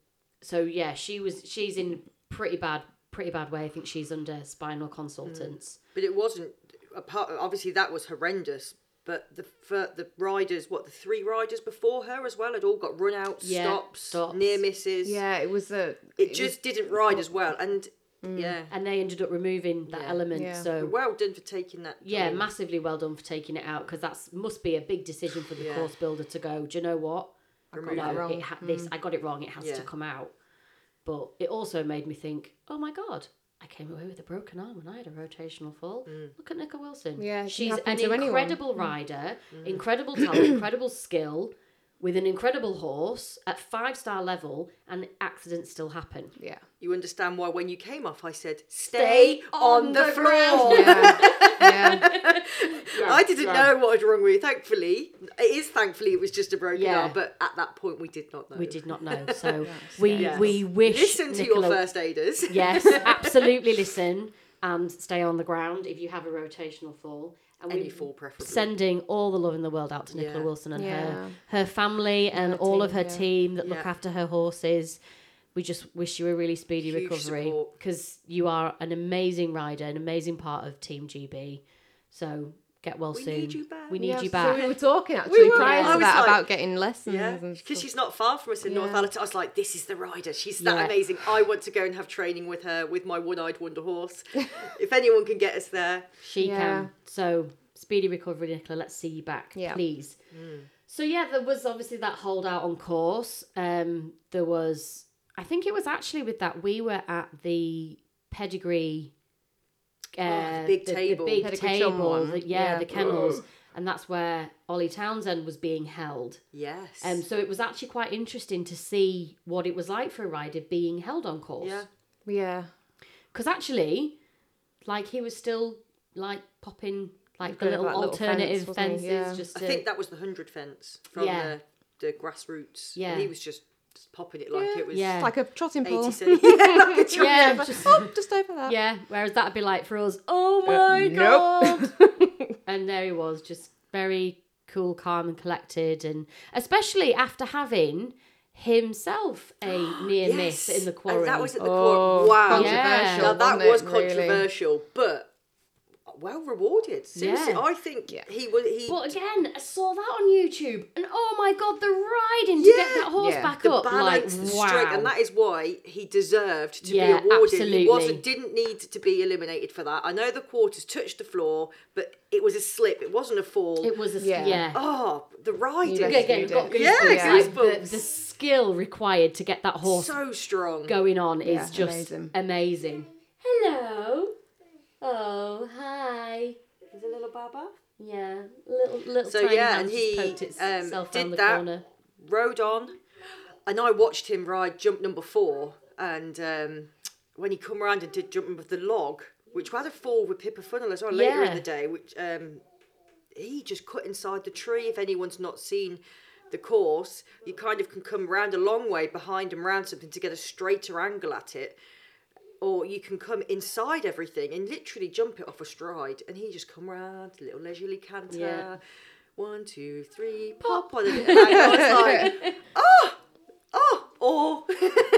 Speaker 1: so yeah, she was she's in pretty bad pretty bad way. I think she's under spinal
Speaker 2: Mm.
Speaker 1: consultants.
Speaker 3: But it wasn't. Apart, obviously, that was horrendous. But the fir- the riders, what the three riders before her as well, had all got run out,
Speaker 1: Yeah,
Speaker 3: stops,
Speaker 1: stops.
Speaker 3: near misses.
Speaker 2: Yeah, it was a.
Speaker 3: it, just didn't ride as well. And yeah,
Speaker 1: and they ended up removing that element.
Speaker 2: Yeah.
Speaker 1: So
Speaker 3: well done for taking that.
Speaker 1: yeah,
Speaker 3: I mean,
Speaker 1: massively well done for taking it out because that's must be a big decision for the
Speaker 3: Yeah.
Speaker 1: course builder to go. Do you know what?
Speaker 3: remove
Speaker 1: no,
Speaker 3: that.
Speaker 2: wrong. Mm.
Speaker 1: it ha- this I got it wrong. It has
Speaker 3: Yeah.
Speaker 1: to come out. But it also made me think. Oh my god. I came away with a broken arm and I had a rotational fall. Look at Nicola Wilson.
Speaker 2: Mm. Yeah, it can
Speaker 1: she's
Speaker 2: happen
Speaker 1: an
Speaker 2: to anyone. Mm. *coughs*
Speaker 1: incredible rider, incredible talent, incredible skill. with an incredible horse at five star level, and accidents still happen.
Speaker 2: Yeah.
Speaker 3: You understand why when you came off, I said,
Speaker 1: Stay
Speaker 3: stay
Speaker 1: on
Speaker 3: on the
Speaker 1: the
Speaker 3: floor. *laughs*
Speaker 2: Yeah. yeah.
Speaker 3: I didn't
Speaker 1: yeah.
Speaker 3: know what was wrong with you. Thankfully, it is thankfully it was just a broken
Speaker 1: Yeah.
Speaker 3: arm, but at that point we did not know.
Speaker 1: We did not know. So we
Speaker 3: Yes.
Speaker 1: we wish
Speaker 3: Listen to
Speaker 1: Nicola-
Speaker 3: your first aiders.
Speaker 1: Yes, absolutely listen and stay on the ground if you have a rotational fall. And
Speaker 3: *laughs* Any
Speaker 1: we're
Speaker 3: fall preferably.
Speaker 1: Sending all the love in the world out to Nicola
Speaker 3: Yeah.
Speaker 1: Wilson and her
Speaker 2: Yeah.
Speaker 1: her family and
Speaker 2: her
Speaker 1: all of
Speaker 2: team,
Speaker 1: her
Speaker 2: yeah.
Speaker 1: team that look
Speaker 3: Yeah.
Speaker 1: after her horses. We just wish you a really speedy
Speaker 3: Huge
Speaker 1: recovery
Speaker 3: support.
Speaker 1: because you are an amazing rider, an amazing part of Team GB. So get well
Speaker 3: We
Speaker 1: soon.
Speaker 3: need you back.
Speaker 1: We need
Speaker 2: Yeah,
Speaker 1: you
Speaker 2: So
Speaker 1: back.
Speaker 2: we were talking actually
Speaker 3: were.
Speaker 2: prior
Speaker 3: I
Speaker 2: to
Speaker 3: was
Speaker 2: that
Speaker 3: like-
Speaker 2: about getting lessons.
Speaker 3: Yeah,
Speaker 2: and
Speaker 3: because
Speaker 2: stuff.
Speaker 3: she's not far from us in North
Speaker 2: Yeah.
Speaker 3: Allerton. I was like, this is the rider. She's that
Speaker 1: Yeah.
Speaker 3: amazing. I want to go and have training with her with my one-eyed wonder
Speaker 1: *laughs*
Speaker 3: horse. if anyone can get us there,
Speaker 1: She
Speaker 2: Yeah.
Speaker 1: can. So speedy recovery, Nicola. Let's see you back,
Speaker 2: Yeah.
Speaker 1: please.
Speaker 3: Mm.
Speaker 1: So yeah, there was obviously that holdout on course. Um, there was, I think it was actually with that we were at the pedigree, uh,
Speaker 3: Oh, the big
Speaker 1: the,
Speaker 3: table.
Speaker 1: the big
Speaker 2: Pedigree chum
Speaker 1: table,
Speaker 2: one.
Speaker 1: the- yeah,
Speaker 2: Yeah.
Speaker 1: the kennels, and that's where Ollie Townsend was being held.
Speaker 3: yes.
Speaker 1: Um, so it was actually quite interesting to see what it was like for a rider being held on course.
Speaker 3: yeah.
Speaker 2: yeah.
Speaker 1: Because actually, like he was still like popping like the
Speaker 2: Going
Speaker 1: little
Speaker 2: about little
Speaker 1: alternative
Speaker 2: fence, wasn't
Speaker 1: fences
Speaker 2: he? Yeah.
Speaker 1: just
Speaker 3: I
Speaker 1: to,
Speaker 3: think that was the hundred fence from
Speaker 1: Yeah.
Speaker 3: the, the grassroots.
Speaker 1: Yeah.
Speaker 3: and he was just, just popping it like it was
Speaker 1: Yeah.
Speaker 2: It's like a trotting pool.
Speaker 3: eighty
Speaker 1: *laughs*
Speaker 3: cent. *laughs* yeah, like a *laughs*
Speaker 1: yeah,
Speaker 3: children.
Speaker 1: just,
Speaker 2: Oh, just over that.
Speaker 1: yeah. Whereas that'd be like for us,
Speaker 3: Uh,
Speaker 1: oh my god!
Speaker 3: *laughs*
Speaker 1: and there he was, just very cool, calm, and collected, and especially after having himself
Speaker 3: *gasps*
Speaker 1: a near miss
Speaker 3: Yes.
Speaker 1: in the quarry.
Speaker 3: And that was at the
Speaker 2: Oh,
Speaker 3: quarry. Wow.
Speaker 2: controversial.
Speaker 1: Yeah.
Speaker 3: Now that
Speaker 2: wasn't it,
Speaker 3: was
Speaker 2: really? *laughs*
Speaker 3: controversial, but well rewarded. Seriously,
Speaker 1: Yeah.
Speaker 3: I think
Speaker 2: Yeah.
Speaker 3: he was he
Speaker 1: but again, I saw that on YouTube, and oh my god, the riding to get
Speaker 3: Yeah.
Speaker 1: that horse
Speaker 2: Yeah.
Speaker 1: back
Speaker 3: the
Speaker 1: up,
Speaker 3: balance,
Speaker 1: like
Speaker 3: the
Speaker 1: wow,
Speaker 3: strength, and that is why he deserved to
Speaker 1: Yeah,
Speaker 3: be awarded.
Speaker 1: absolutely.
Speaker 3: He wasn't didn't need to be eliminated for that. I know the quarters touched the floor, but it was a slip. It wasn't a fall.
Speaker 1: it was a
Speaker 2: Yeah.
Speaker 1: yeah.
Speaker 3: oh, the riding,
Speaker 1: Yeah,
Speaker 2: Yes,
Speaker 1: again,
Speaker 2: you
Speaker 1: got
Speaker 2: did.
Speaker 1: goosebumps.
Speaker 3: Yeah,
Speaker 1: like, the-
Speaker 3: goosebumps.
Speaker 1: the, skill required to get that horse
Speaker 3: so strong.
Speaker 1: going on is
Speaker 2: Yeah,
Speaker 1: just amazing.
Speaker 2: amazing.
Speaker 1: Hello. Oh, hi.
Speaker 3: Is it little Baba?
Speaker 1: Yeah, little little
Speaker 3: So,
Speaker 1: tiny
Speaker 3: yeah,
Speaker 1: hand
Speaker 3: and
Speaker 1: just
Speaker 3: he,
Speaker 1: poked itself
Speaker 3: um,
Speaker 1: down
Speaker 3: did
Speaker 1: the *laughs*
Speaker 3: that.
Speaker 1: corner.
Speaker 3: Rode on, and I watched him ride jump number four, and um, when he come round and did jump with the log, which we had a fall with Pippa Funnel as well later
Speaker 1: Yeah.
Speaker 3: in the day, which um, he just cut inside the tree. If anyone's not seen the course, you kind of can come round a long way behind and round something to get a straighter angle at it. Or you can come inside everything and literally jump it off a stride, and he just come round, little leisurely canter,
Speaker 1: Yeah.
Speaker 3: one, two, three, pop on it.
Speaker 1: *laughs*
Speaker 3: And I was like, oh, *laughs* oh, oh.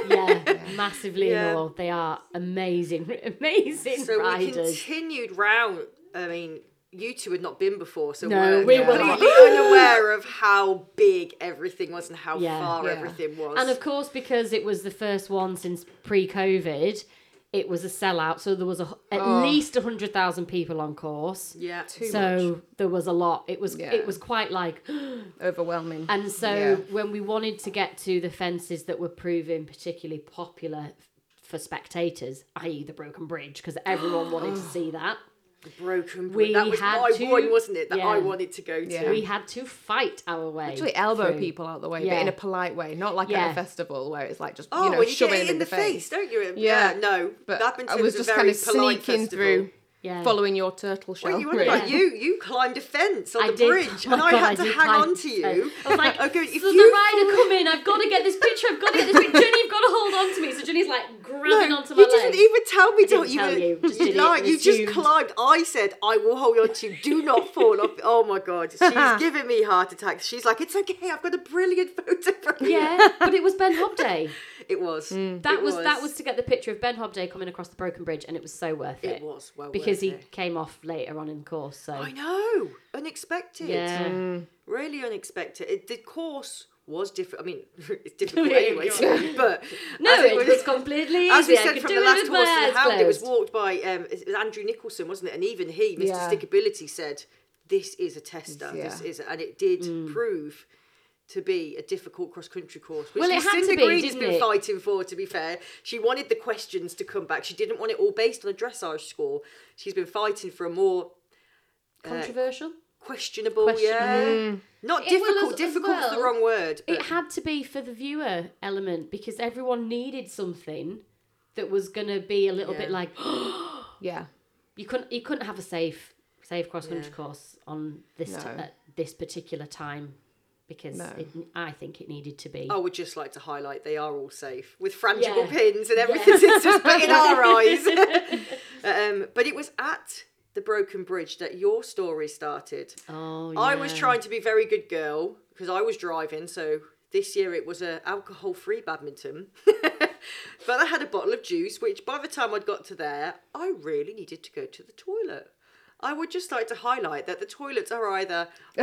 Speaker 1: Yeah, massively
Speaker 3: Yeah.
Speaker 1: in awe. They are amazing, *laughs* amazing
Speaker 3: so we
Speaker 1: riders.
Speaker 3: continued round. I mean, you two had not been before, so
Speaker 1: No,
Speaker 3: we're
Speaker 1: we were not.
Speaker 3: completely unaware of how big everything was and how
Speaker 1: Yeah.
Speaker 3: far
Speaker 2: Yeah.
Speaker 3: everything was.
Speaker 1: And of course, because it was the first one since pre-COVID, it was a sellout. So there was a, h- at
Speaker 2: Oh.
Speaker 1: least hundred thousand people on course.
Speaker 3: yeah,
Speaker 2: Too
Speaker 1: so
Speaker 2: much.
Speaker 1: there was a lot. It was
Speaker 2: Yeah.
Speaker 1: it was quite
Speaker 3: *gasps*
Speaker 1: like
Speaker 2: Overwhelming.
Speaker 1: And so
Speaker 2: Yeah.
Speaker 1: when we wanted to get to the fences that were proving particularly popular f- for spectators, i.e. the broken bridge, because
Speaker 3: *gasps*
Speaker 1: everyone wanted to see that,
Speaker 3: broken. Bri-
Speaker 1: we
Speaker 3: that was
Speaker 1: had
Speaker 3: my
Speaker 1: to-
Speaker 3: one, wasn't it? That I
Speaker 1: yeah.
Speaker 3: wanted to go to.
Speaker 2: Yeah.
Speaker 1: we had to fight our way.
Speaker 2: Actually, elbow
Speaker 1: through.
Speaker 2: people out the way,
Speaker 1: Yeah.
Speaker 2: but in a polite way, not like at
Speaker 1: Yeah.
Speaker 2: a festival where it's like just
Speaker 3: Oh,
Speaker 2: you know
Speaker 3: well, you get
Speaker 2: shoving
Speaker 3: it in the face, don't you?
Speaker 2: Yeah.
Speaker 3: Yeah, no.
Speaker 2: But
Speaker 3: Babington's
Speaker 2: I was
Speaker 3: a
Speaker 2: just
Speaker 3: very
Speaker 2: kind of
Speaker 3: polite
Speaker 2: sneaking
Speaker 3: festival.
Speaker 2: through,
Speaker 1: Yeah.
Speaker 2: following your turtle shell.
Speaker 3: Well, you, were
Speaker 2: really.
Speaker 3: like, you you climbed a fence on
Speaker 1: Oh, I
Speaker 3: the
Speaker 1: did. *laughs*
Speaker 3: bridge,
Speaker 1: Oh
Speaker 3: and
Speaker 1: my
Speaker 3: I
Speaker 1: God,
Speaker 3: had to
Speaker 1: did
Speaker 3: hang
Speaker 1: climb
Speaker 3: on to you. *laughs*
Speaker 1: I was like,
Speaker 3: I'm going, if
Speaker 1: "There's
Speaker 3: you
Speaker 1: a rider coming. I've got to get this picture. I've got to get this picture. Jenny, you've got to hold on to me. So Jenny's
Speaker 3: *laughs*
Speaker 1: like grabbing onto my
Speaker 3: you
Speaker 1: leg.
Speaker 3: didn't even tell me to
Speaker 1: didn't
Speaker 3: what you
Speaker 1: tell
Speaker 3: were.
Speaker 1: you, just
Speaker 3: you
Speaker 1: did it
Speaker 3: lied.
Speaker 1: and
Speaker 3: You
Speaker 1: assumed.
Speaker 3: just climbed. I said, I will hold on to you. Do not fall
Speaker 1: *laughs*
Speaker 3: off. Oh my god, she's giving me heart attacks. She's like, it's okay. I've got a brilliant *laughs* photo from you.
Speaker 1: yeah,
Speaker 3: *laughs*
Speaker 1: but it was Ben Hobday.
Speaker 3: It was.
Speaker 1: That
Speaker 3: It
Speaker 1: was, that was to get the picture of Ben Hobday coming across the broken bridge, and it was so worth it.
Speaker 3: It was well
Speaker 1: because
Speaker 3: worth
Speaker 1: he
Speaker 3: it.
Speaker 1: came off later on in the course. So
Speaker 3: I know. Mm. Unexpected.
Speaker 1: yeah,
Speaker 3: Really unexpected. It, the course was different. I mean, *laughs*
Speaker 1: *laughs*
Speaker 3: it's difficult anyway. *laughs* but
Speaker 1: no,
Speaker 3: as
Speaker 1: it,
Speaker 3: was-
Speaker 1: was completely easy.
Speaker 3: As we
Speaker 1: I
Speaker 3: said
Speaker 1: could
Speaker 3: from
Speaker 1: do
Speaker 3: the
Speaker 1: it
Speaker 3: last
Speaker 1: with my
Speaker 3: horse in
Speaker 1: eyes
Speaker 3: the hound, it was
Speaker 1: closed.
Speaker 3: walked by um, it was Andrew Nicholson, wasn't it? And even he, Mr.
Speaker 2: Yeah.
Speaker 3: Stickability, said, "This is a tester.
Speaker 2: Yeah.
Speaker 3: This is," and it did
Speaker 1: Mm.
Speaker 3: prove to be a difficult cross country course. Which
Speaker 1: Well, it had to
Speaker 3: Lucinda
Speaker 1: be,
Speaker 3: Green's
Speaker 1: didn't
Speaker 3: been
Speaker 1: it?
Speaker 3: fighting for. To be fair, she wanted the questions to come back. She didn't want it all based on a dressage score. She's been fighting for a more
Speaker 1: controversial.
Speaker 3: questionable. Yeah,
Speaker 1: Questionable.
Speaker 3: not
Speaker 1: mm. It- well,
Speaker 3: difficult.
Speaker 1: as- as
Speaker 3: difficult is
Speaker 1: well,
Speaker 3: the wrong word.
Speaker 1: It
Speaker 3: but-
Speaker 1: had to be for the viewer element because everyone needed something that was gonna be a little bit
Speaker 3: Yeah.
Speaker 1: like
Speaker 2: *laughs*
Speaker 1: *gasps*
Speaker 2: Yeah.
Speaker 1: you couldn't you couldn't have a safe safe cross country
Speaker 3: Yeah.
Speaker 1: course on this t-
Speaker 2: No.
Speaker 1: at this particular time because
Speaker 2: No.
Speaker 1: it, I think it needed to be.
Speaker 3: I would just like to highlight they are all safe with
Speaker 1: Yeah.
Speaker 3: frangible pins and everything *laughs* since it's been
Speaker 1: *laughs*
Speaker 3: in our eyes. *laughs* um, but it was at the broken bridge that your story started.
Speaker 1: Oh,
Speaker 3: I was
Speaker 1: yeah.
Speaker 3: trying to be very good girl because I was driving. So this year it was a alcohol free badminton. *laughs* but I had a bottle of juice, which by the time I'd got to there, I really needed to go to the toilet. I would just like to highlight that the toilets are either
Speaker 1: *laughs*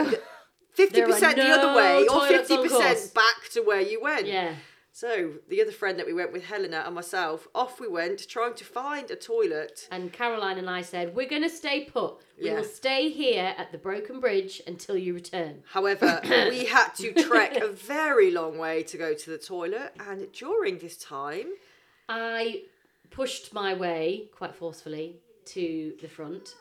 Speaker 3: fifty percent the
Speaker 1: There are
Speaker 3: other way
Speaker 1: no
Speaker 3: or
Speaker 1: toilets
Speaker 3: fifty
Speaker 1: on course.
Speaker 3: percent back to where you went.
Speaker 1: Yeah.
Speaker 3: So the other friend that we went with, Helena and myself, off we went trying to find a toilet.
Speaker 1: And Caroline and I said, We're gonna stay put. We
Speaker 3: Yeah.
Speaker 1: will stay here at the broken bridge until you return.
Speaker 3: However, we had to trek a very long way to go to the toilet, and during this time,
Speaker 1: I pushed my way quite forcefully to the front,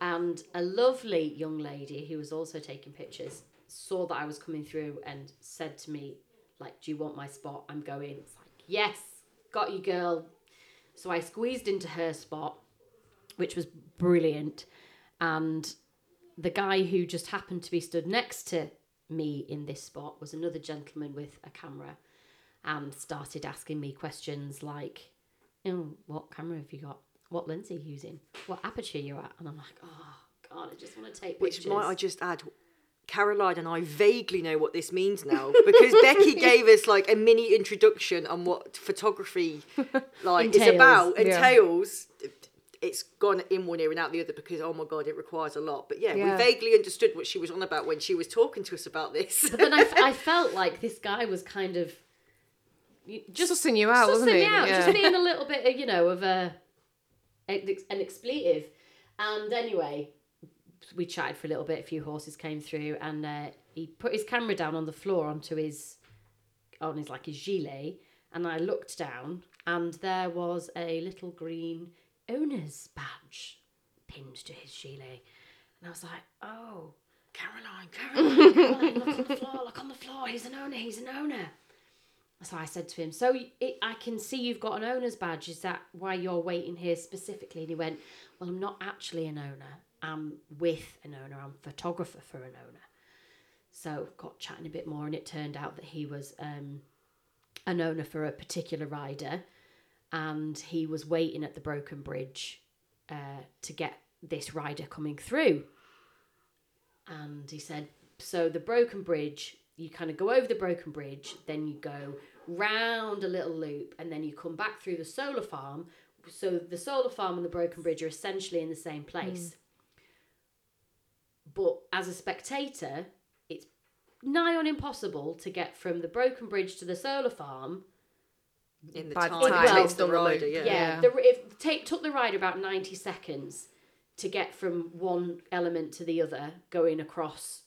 Speaker 1: and a lovely young lady who was also taking pictures saw that I was coming through and said to me, "Like, do you want my spot? I'm going." It's like, "Yes, got you, girl." So I squeezed into her spot, which was brilliant, and the guy who just happened to be stood next to me in this spot was another gentleman with a camera and started asking me questions like, oh, what camera have you got? What lens are you using? What aperture you at? And I'm like, oh god, I just want to take
Speaker 3: which
Speaker 1: pictures.
Speaker 3: might I just add, Caroline and I vaguely know what this means now because Becky gave us like a mini introduction on what photography like is
Speaker 1: Entails,
Speaker 3: about
Speaker 2: yeah.
Speaker 3: entails. It's gone in one ear and out the other because oh my god, it requires a lot. But yeah,
Speaker 2: Yeah.
Speaker 3: we vaguely understood what she was on about when she was talking to us
Speaker 1: *laughs*
Speaker 3: about this.
Speaker 1: but then I, I felt like this guy was kind of you- just
Speaker 2: Sussing you out, wasn't
Speaker 1: sussing
Speaker 2: he?
Speaker 1: me out,
Speaker 2: Yeah.
Speaker 1: just being a
Speaker 2: *laughs*
Speaker 1: little bit, of, you know, of a an expletive. And anyway, we chatted for a little bit. A few horses came through, and uh, he put his camera down on the floor onto his on his like his gilet, and I looked down, and there was a little green owner's badge pinned to his gilet, and I was like, oh. Caroline, Caroline, Caroline, look on the floor, look on the floor. He's an owner, he's an owner. So I said to him, "So y- it, I can see you've got an owner's badge. Is that why you're waiting here specifically?" And he went, "Well, I'm not actually an owner. I'm with an owner. I'm a photographer for an owner." So got chatting a bit more, and it turned out that he was um, an owner for a particular rider, and he was waiting at the broken bridge uh, to get this rider coming through. And he said, so the broken bridge, you kind of go over the broken bridge, then you go round a little loop, and then you come back through the solar farm. So the solar farm and the broken bridge are essentially in the same place. But as a spectator, it's nigh on impossible to get from the broken bridge to the solar farm
Speaker 3: in the
Speaker 2: By the
Speaker 3: time,
Speaker 1: time
Speaker 3: it takes
Speaker 1: it's
Speaker 3: the
Speaker 2: done the
Speaker 3: rider,
Speaker 2: loop.
Speaker 3: yeah.
Speaker 1: yeah,
Speaker 2: Yeah.
Speaker 1: the, it take, took the ride about 90 seconds to get from one element to the other going across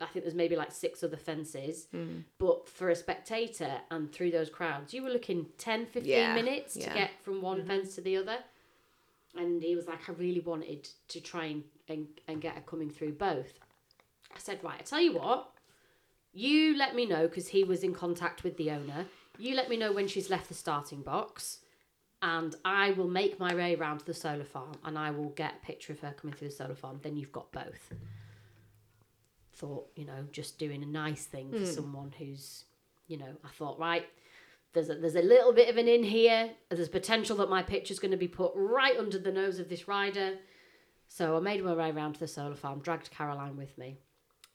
Speaker 1: i think there's maybe like six other fences
Speaker 2: Hmm.
Speaker 1: but for a spectator and through those crowds you were looking 10 15
Speaker 2: Yeah,
Speaker 1: minutes to
Speaker 2: yeah.
Speaker 1: get from one fence to the other and he was like i really wanted to try and, and, and get a coming through both i said right i tell you what you let me know because he was in contact with the owner you let me know when she's left the starting box and I will make my way round to the solar farm and I will get a picture of her coming through the solar farm. Then you've got both. Thought, you know, just doing a nice thing for someone who's, you know, I thought, right, there's a, there's a little bit of an in here. There's potential that my picture's going to be put right under the nose of this rider. So I made my way round to the solar farm, dragged Caroline with me,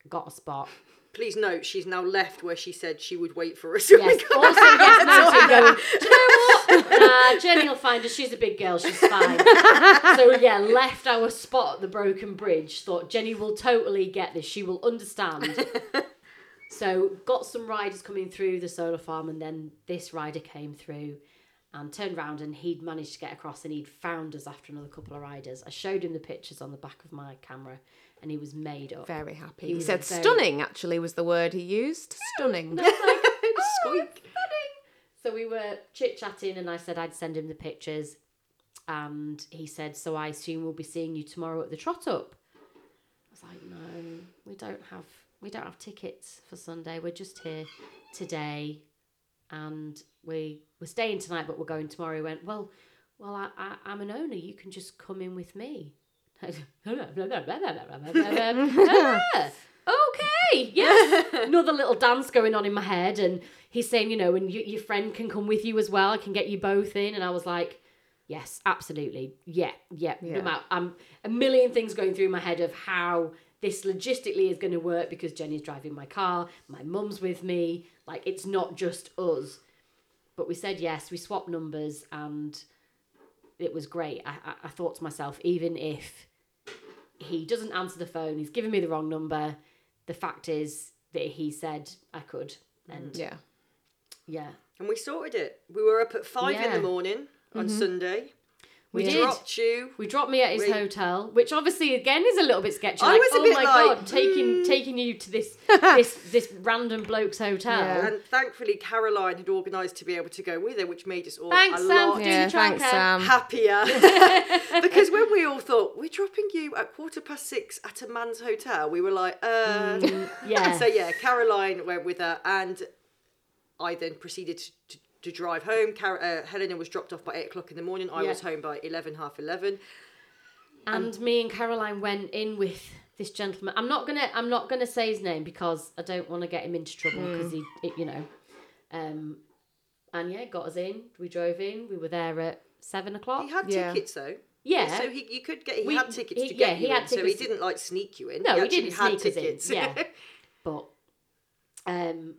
Speaker 1: got a spot.
Speaker 3: Please note, she's now left where she said she would wait for *laughs* us.
Speaker 1: Yes, also, yes, Martin going, *laughs* do you know what? Nah, Jenny will find her. She's a big girl. She's fine. so, yeah, left our spot at the broken bridge. Thought Jenny will totally get this. She will understand. so, got some riders coming through the solar farm, and then this rider came through and turned round, and he'd managed to get across and he'd found us after another couple of riders. I showed him the pictures on the back of my camera, and he was made up.
Speaker 2: Very happy. He,
Speaker 1: was
Speaker 2: said
Speaker 1: very-
Speaker 2: stunning, actually, was the word he used. Stunning.
Speaker 3: Squeak.
Speaker 1: So we were chit chatting, and I said I'd send him the pictures. And he said, So I assume we'll be seeing you tomorrow at the trot up. I was like, No, we don't have we don't have tickets for Sunday. We're just here today, and we we're staying tonight, but we're going tomorrow." He went, "Well, well, I, I I'm an owner. You can just come in with me." Ah, okay, yes. Another little dance going on in my head, and he's saying, you know, and you, your friend can come with you as well. I can get you both in, and I was like, yes, absolutely, yeah, yeah. No
Speaker 2: Yeah.
Speaker 1: matter, I'm a million things going through my head of how this logistically is going to work because Jenny's driving my car, my mum's with me. Like, it's not just us. But we said yes. We swapped numbers, and it was great. I, I, I thought to myself, even if he doesn't answer the phone, he's giving me the wrong number. The fact is that he said I could,
Speaker 3: Mm.
Speaker 1: and
Speaker 2: Yeah.
Speaker 1: yeah,
Speaker 3: And we sorted it. We were up at five in
Speaker 1: Yeah. Mm-hmm.
Speaker 3: the morning on Sunday.
Speaker 1: we
Speaker 3: We
Speaker 1: did.
Speaker 3: dropped you.
Speaker 1: We dropped me at his
Speaker 3: We-
Speaker 1: hotel, which obviously again is a little bit sketchy.
Speaker 3: I
Speaker 1: like,
Speaker 3: was a
Speaker 1: oh
Speaker 3: bit
Speaker 1: my
Speaker 3: like, hmm.
Speaker 1: god, taking taking you to
Speaker 3: *laughs*
Speaker 1: this this this random bloke's hotel.
Speaker 2: Yeah.
Speaker 3: And thankfully, Caroline had organised to be able to go with her, which made us all
Speaker 1: Thanks,
Speaker 3: a
Speaker 1: Sam,
Speaker 3: lot
Speaker 1: for doing the
Speaker 2: Yeah, thanks,
Speaker 1: childcare.
Speaker 2: Sam.
Speaker 1: *laughs*
Speaker 3: happier. *laughs* because when we all thought, we're dropping you at quarter past six at a man's hotel, we were like, uh.
Speaker 1: Mm, Yeah.
Speaker 3: *laughs* So, yeah, Caroline went with her, and I then proceeded to. to to drive home, Car- uh, Helena was dropped off by eight o'clock in the morning. I
Speaker 1: Yeah.
Speaker 3: was home by eleven, half eleven.
Speaker 1: and me and Caroline went in with this gentleman. I'm not gonna I'm not gonna say his name because I don't want to get him into trouble because he it, you know, um, and yeah, got us in. We drove in. We were there at seven o'clock.
Speaker 3: He had
Speaker 2: Yeah.
Speaker 3: tickets though.
Speaker 1: yeah,
Speaker 3: So he, you could get. He
Speaker 1: We-
Speaker 3: had tickets
Speaker 1: he-
Speaker 3: to
Speaker 1: yeah,
Speaker 3: get
Speaker 1: he
Speaker 3: you
Speaker 1: had
Speaker 3: in, so he
Speaker 1: tickets.
Speaker 3: didn't like sneak you in.
Speaker 1: No, he
Speaker 3: actually
Speaker 1: didn't
Speaker 3: had
Speaker 1: sneak us in,
Speaker 3: tickets. *laughs*
Speaker 1: yeah. but um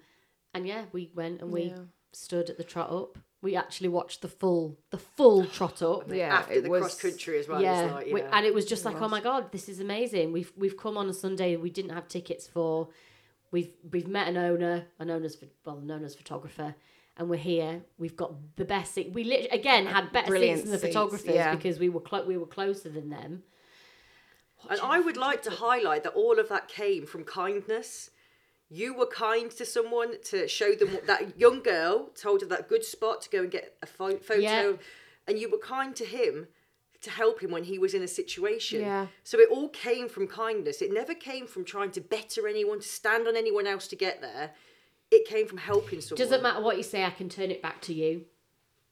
Speaker 1: and yeah we went and we
Speaker 2: Yeah.
Speaker 1: stood at the trot up we actually watched the full the full trot up
Speaker 2: Yeah,
Speaker 3: After
Speaker 2: it
Speaker 3: the
Speaker 2: was-
Speaker 3: cross country as well.
Speaker 1: yeah,
Speaker 3: It's like,
Speaker 1: we-
Speaker 3: yeah.
Speaker 1: and it was just like oh my god this is amazing we've we've come on a sunday we didn't have tickets for we've we've met an owner an owner's ph- well an owner's photographer and we're here we've got the best seat we lit- again had better
Speaker 2: Brilliant
Speaker 1: seats than the
Speaker 2: seats,
Speaker 1: photographers
Speaker 2: yeah.
Speaker 1: because we were clo- we were closer than them
Speaker 3: And I would like to highlight that all of that came from kindness. You were kind to someone to show them what, that young girl told her that good spot to go and get a pho- photo,
Speaker 1: Yeah.
Speaker 3: and you were kind to him to help him when he was in a situation.
Speaker 2: Yeah.
Speaker 3: So it all came from kindness. It never came from trying to better anyone, to stand on anyone else to get there. It came from helping someone.
Speaker 1: doesn't matter what you say i can turn it back to you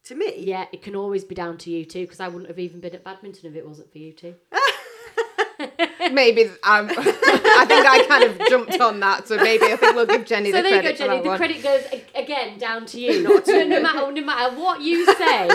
Speaker 3: to me.
Speaker 1: Yeah, it can always be down to you two because I wouldn't have even been at badminton if it wasn't for you two.
Speaker 2: *laughs* Maybe
Speaker 1: *laughs*
Speaker 2: I'm, I think I kind of jumped on that, so maybe I think we'll give Jenny
Speaker 1: So
Speaker 2: the
Speaker 1: there you
Speaker 2: credit
Speaker 1: go,
Speaker 2: for that
Speaker 1: Jenny. The
Speaker 2: one.
Speaker 1: credit goes a- again down to you. Not to no, matter, no matter what you say,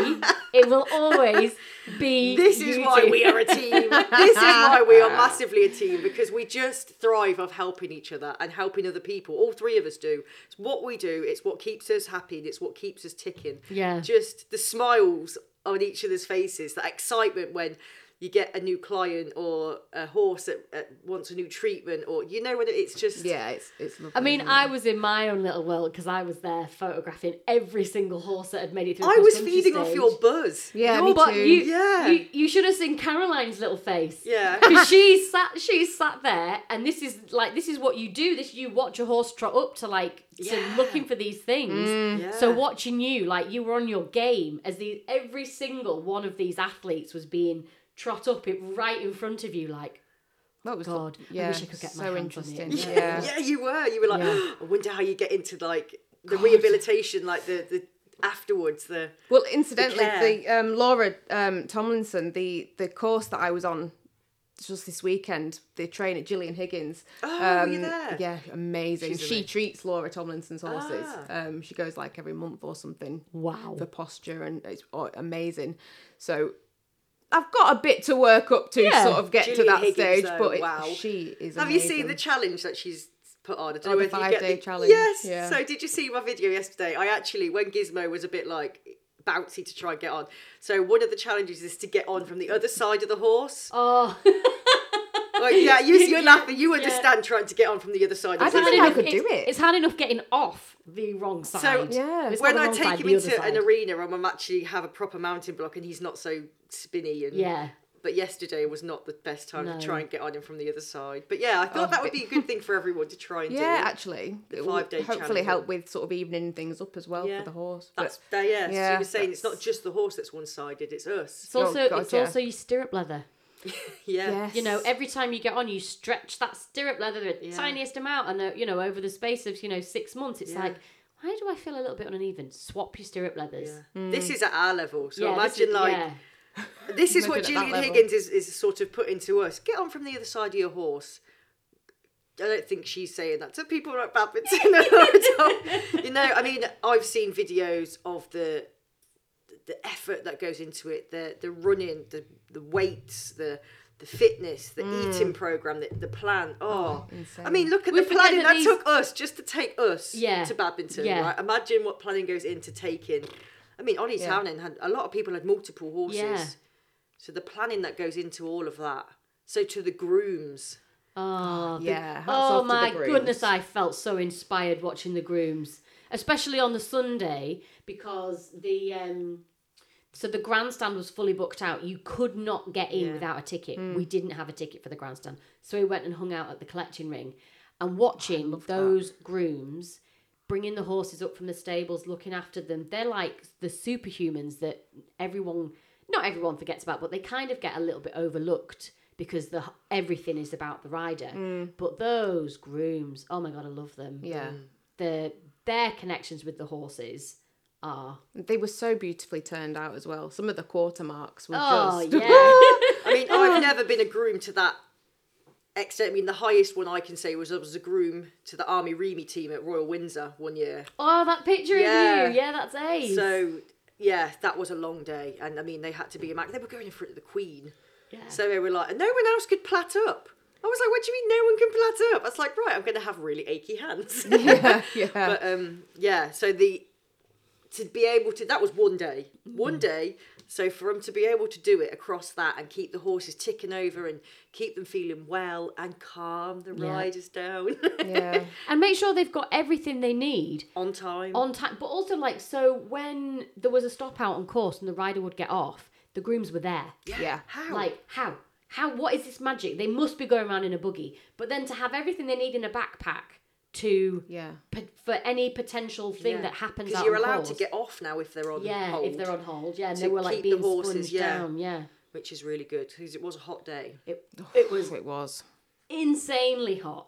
Speaker 1: it will always be.
Speaker 3: *laughs* This is
Speaker 1: you
Speaker 3: why
Speaker 1: two.
Speaker 3: we are
Speaker 1: *laughs*
Speaker 3: a team. this is why we are massively a team because we just thrive of helping each other and helping other people. All three of us do. It's what we do. It's what keeps us happy and it's what keeps us ticking.
Speaker 1: Yeah.
Speaker 3: Just the smiles on each other's faces, that excitement when you get a new client or a horse that that wants a new treatment or you know when it's just
Speaker 2: Yeah, it's it's lovely.
Speaker 1: I mean, I was in my own little world because I was there photographing every single horse that had made it through. the
Speaker 3: I was
Speaker 1: cross-country
Speaker 3: feeding off
Speaker 1: stage.
Speaker 3: your buzz.
Speaker 2: yeah,
Speaker 3: Your
Speaker 2: me
Speaker 1: But
Speaker 2: too.
Speaker 1: you,
Speaker 3: Yeah.
Speaker 1: you, you should have seen Caroline's little face.
Speaker 3: Yeah.
Speaker 1: *laughs* Because she sat, she sat there, and this is like this is what you do. This you watch a horse trot up to like
Speaker 3: Yeah.
Speaker 1: to looking for these things.
Speaker 2: Mm.
Speaker 3: Yeah.
Speaker 1: So watching you, like you were on your game as the every single one of these athletes was being trot up it right in front of you, like
Speaker 2: That was
Speaker 1: God, I
Speaker 2: yeah,
Speaker 1: wish I could get my
Speaker 2: so
Speaker 1: hands on it.
Speaker 2: interesting.
Speaker 1: Yeah.
Speaker 2: Yeah.
Speaker 3: *laughs* yeah, you were. You were like,
Speaker 1: Yeah.
Speaker 3: *gasps* I wonder how you get into like the rehabilitation, like the the afterwards. The
Speaker 2: Well, incidentally,
Speaker 3: care.
Speaker 2: the um, Laura um, Tomlinson, the the course that I was on just this weekend, the train at Gillian Higgins. um,
Speaker 3: Oh, were you there?
Speaker 2: Yeah, amazing.
Speaker 3: She's
Speaker 2: she
Speaker 3: amazing.
Speaker 2: treats Laura Tomlinson's horses.
Speaker 3: Ah.
Speaker 2: Um, she goes like every month or something
Speaker 1: wow.
Speaker 2: for posture, and it's oh, amazing. So. I've got a bit to work up to
Speaker 1: Yeah.
Speaker 2: sort of get to
Speaker 3: Gillian
Speaker 2: that
Speaker 3: Higgins,
Speaker 2: stage,
Speaker 3: though,
Speaker 2: but it,
Speaker 3: wow.
Speaker 2: she is.
Speaker 3: have you seen the
Speaker 2: amazing.
Speaker 3: challenge that she's put on? I don't
Speaker 2: Oh,
Speaker 3: know
Speaker 2: the
Speaker 3: whether you get
Speaker 2: five-day
Speaker 3: the-
Speaker 2: challenge,
Speaker 3: Yes.
Speaker 2: yeah.
Speaker 3: So did you see my video yesterday? I actually, when Gizmo was a bit like bouncy to try and get on, so one of the challenges is to get on from the other side of the horse.
Speaker 2: *laughs*
Speaker 1: Oh,
Speaker 3: Like, yeah, you, you're
Speaker 1: Yeah,
Speaker 3: laughing. You understand trying to get on from the other side.
Speaker 2: I
Speaker 3: of
Speaker 2: don't
Speaker 3: the
Speaker 2: think I
Speaker 1: enough-
Speaker 2: could do
Speaker 1: it's-
Speaker 2: it.
Speaker 1: It's hard enough getting off the wrong side.
Speaker 2: Yeah.
Speaker 1: It's not
Speaker 3: when
Speaker 1: the
Speaker 3: I
Speaker 1: wrong
Speaker 3: take
Speaker 1: side,
Speaker 3: him
Speaker 1: the other
Speaker 3: into an
Speaker 1: side.
Speaker 3: arena and I'm actually have a proper mountain block and he's not so spinny and
Speaker 1: Yeah.
Speaker 3: But yesterday was not the best time
Speaker 1: No.
Speaker 3: to try and get on him from the other side. But yeah, I thought
Speaker 2: Oh,
Speaker 3: that would
Speaker 2: but-
Speaker 3: be a good thing for everyone to try
Speaker 2: *laughs*
Speaker 3: and do.
Speaker 2: Yeah, actually, it will
Speaker 3: five-day
Speaker 2: hopefully
Speaker 3: challenge.
Speaker 2: help with sort of evening things up as well
Speaker 3: Yeah.
Speaker 2: for the horse. But-
Speaker 3: That's that, yeah. So
Speaker 2: Yeah,
Speaker 3: you were saying it's not
Speaker 2: that's-
Speaker 3: just the horse that's one sided; it's us. *laughs*
Speaker 1: It's also
Speaker 2: God,
Speaker 1: it's
Speaker 2: yeah.
Speaker 1: also your stirrup leather.
Speaker 3: Yeah.
Speaker 2: Yes.
Speaker 1: You know, every time you get on, you stretch that stirrup leather the tiniest amount, and uh, you know, over the space of you know six months, it's
Speaker 3: Yeah.
Speaker 1: like, why do I feel a little bit uneven? Swap your stirrup leathers.
Speaker 3: Yeah.
Speaker 2: Mm.
Speaker 3: This is at our level. So
Speaker 1: Yeah, this
Speaker 3: imagine
Speaker 1: is-
Speaker 3: like
Speaker 1: yeah.
Speaker 3: this is what
Speaker 2: Imagine at that
Speaker 3: Julian
Speaker 2: level.
Speaker 3: Higgins is, is sort of putting to us. Get on from the other side of your horse. I don't think she's saying that to people like Badminton. *laughs* No, I don't. you know, I mean, I've seen videos of the the effort that goes into it, the the running, the the weights, the the fitness, the
Speaker 2: Mm.
Speaker 3: eating program, the, the plan. Oh, I mean, look at
Speaker 1: We
Speaker 3: the
Speaker 1: forget
Speaker 3: planning
Speaker 1: that
Speaker 3: that
Speaker 1: these-
Speaker 3: took us just to take us
Speaker 1: Yeah.
Speaker 3: to Badminton.
Speaker 1: Yeah.
Speaker 3: Right? Imagine what planning goes into taking. I mean, Ollie Townend had a lot of people had multiple horses.
Speaker 1: Yeah.
Speaker 3: So the planning that goes into all of that. So to the grooms.
Speaker 1: Oh, the-
Speaker 2: Yeah, hats off
Speaker 1: oh
Speaker 2: to the
Speaker 1: my
Speaker 2: grooms.
Speaker 1: goodness, I felt so inspired watching the grooms, especially on the Sunday because the um, so the grandstand was fully booked out. You could not get in without a ticket. We didn't have a ticket for the grandstand, so we went and hung out at the collection ring, and watching those grooms bringing the horses up from the stables, looking after them. They're like the superhumans that everyone, not everyone forgets about, but they kind of get a little bit overlooked because the everything is about the rider. But those grooms, oh my god, I love them.
Speaker 2: Yeah.
Speaker 1: The their connections with the horses are
Speaker 2: They were so beautifully turned out as well. Some of the quarter marks were
Speaker 1: oh
Speaker 2: just
Speaker 1: yeah.
Speaker 3: I mean, I've never been a groom to that extent. I mean, the highest one I can say was I was a groom to the Army Remy team at Royal Windsor one year.
Speaker 1: *laughs* oh, that picture
Speaker 3: Yeah.
Speaker 1: of you. Yeah, that's Ace.
Speaker 3: So yeah, that was a long day, and I mean, they had to be immaculate. They were going in front of the Queen,
Speaker 1: Yeah.
Speaker 3: so they were like, and no one else could plait up. I was like, what do you mean no one can plait up? I was like, right, I'm going to have really
Speaker 1: *laughs*
Speaker 3: achy hands.
Speaker 2: *laughs* yeah, yeah.
Speaker 3: *laughs* but um, yeah, so the to be able to that was one day,
Speaker 1: Mm-hmm.
Speaker 3: one day. So for them to be able to do it across that and keep the horses ticking over and keep them feeling well and calm the
Speaker 1: Yeah.
Speaker 3: riders down *laughs*
Speaker 2: yeah.
Speaker 1: and make sure they've got everything they need
Speaker 3: on time.
Speaker 1: on time but also like so when there was a stop out on course and the rider would get off the grooms were there
Speaker 2: Yeah.
Speaker 3: How?
Speaker 1: like how how what is this magic they must be going around in a buggy but then to have everything they need in a backpack to
Speaker 2: Yeah.
Speaker 1: p- for any potential thing that happens
Speaker 3: because
Speaker 1: out
Speaker 3: you're
Speaker 1: on
Speaker 3: allowed to
Speaker 1: course.
Speaker 3: get off now if they're on
Speaker 1: yeah
Speaker 3: hold,
Speaker 1: if they're on hold yeah and
Speaker 3: to
Speaker 1: they were like
Speaker 3: keep the
Speaker 1: being
Speaker 3: horses,
Speaker 1: sponged
Speaker 3: yeah.
Speaker 1: down yeah
Speaker 3: which is really good because it was a hot day.
Speaker 1: it,
Speaker 2: It was. It was.
Speaker 1: insanely hot.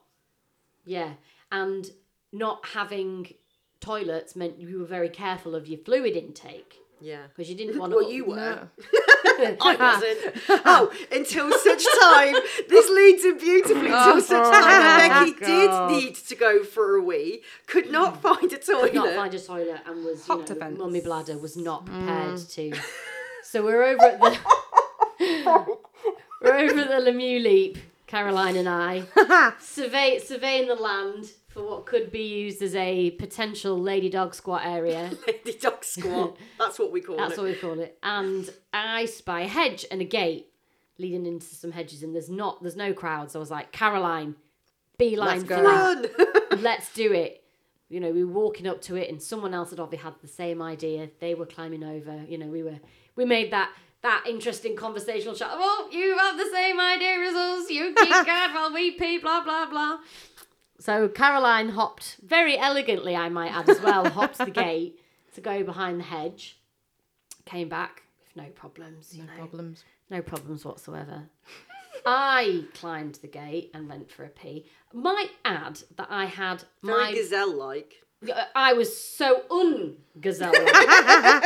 Speaker 1: Yeah. And not having toilets meant you were very careful of your fluid intake
Speaker 3: Yeah.
Speaker 1: because you
Speaker 3: *laughs*
Speaker 1: didn't want to.
Speaker 3: Well, you were.
Speaker 1: *laughs*
Speaker 2: No.
Speaker 3: I wasn't. *laughs* oh, until such time. This leads in beautifully.
Speaker 1: Oh,
Speaker 3: Until such time that Becky
Speaker 2: God.
Speaker 3: did need to go for a wee, could not find a toilet.
Speaker 1: Mm. not find a toilet and was you
Speaker 2: Hot Mm.
Speaker 1: know,
Speaker 2: events.
Speaker 1: mummy bladder was not prepared to.
Speaker 2: *laughs*
Speaker 1: So we're over at the we're over at the Lemieux Leap. Caroline and
Speaker 2: *laughs*
Speaker 1: I survey surveying the land for what could be used as a potential lady dog squat
Speaker 2: *laughs*
Speaker 1: area.
Speaker 3: Lady
Speaker 1: *laughs*
Speaker 3: dog squat. That's what we call
Speaker 1: That's
Speaker 3: it.
Speaker 1: what we call it. And I spy a hedge and a gate leading into some hedges, and there's not there's no crowds. I was like, Caroline, beeline
Speaker 2: Let's go.
Speaker 1: for that.
Speaker 3: Run.
Speaker 1: Let's do it. You know, we were walking up to it, and someone else had obviously had the same idea. They were climbing over. You know, we were we made that that interesting conversational chat. Oh, you have the same idea as us. You keep guard while we pee. Blah blah blah. So Caroline hopped very elegantly, I might add as well, hopped the gate to go behind the hedge. Came back with no problems. You
Speaker 2: No
Speaker 1: know,
Speaker 2: problems.
Speaker 1: no problems whatsoever. *laughs* I climbed the gate and went for a pee. Might add that I had
Speaker 3: Very
Speaker 1: my uh,
Speaker 3: gazelle like.
Speaker 1: I was so un gazelle.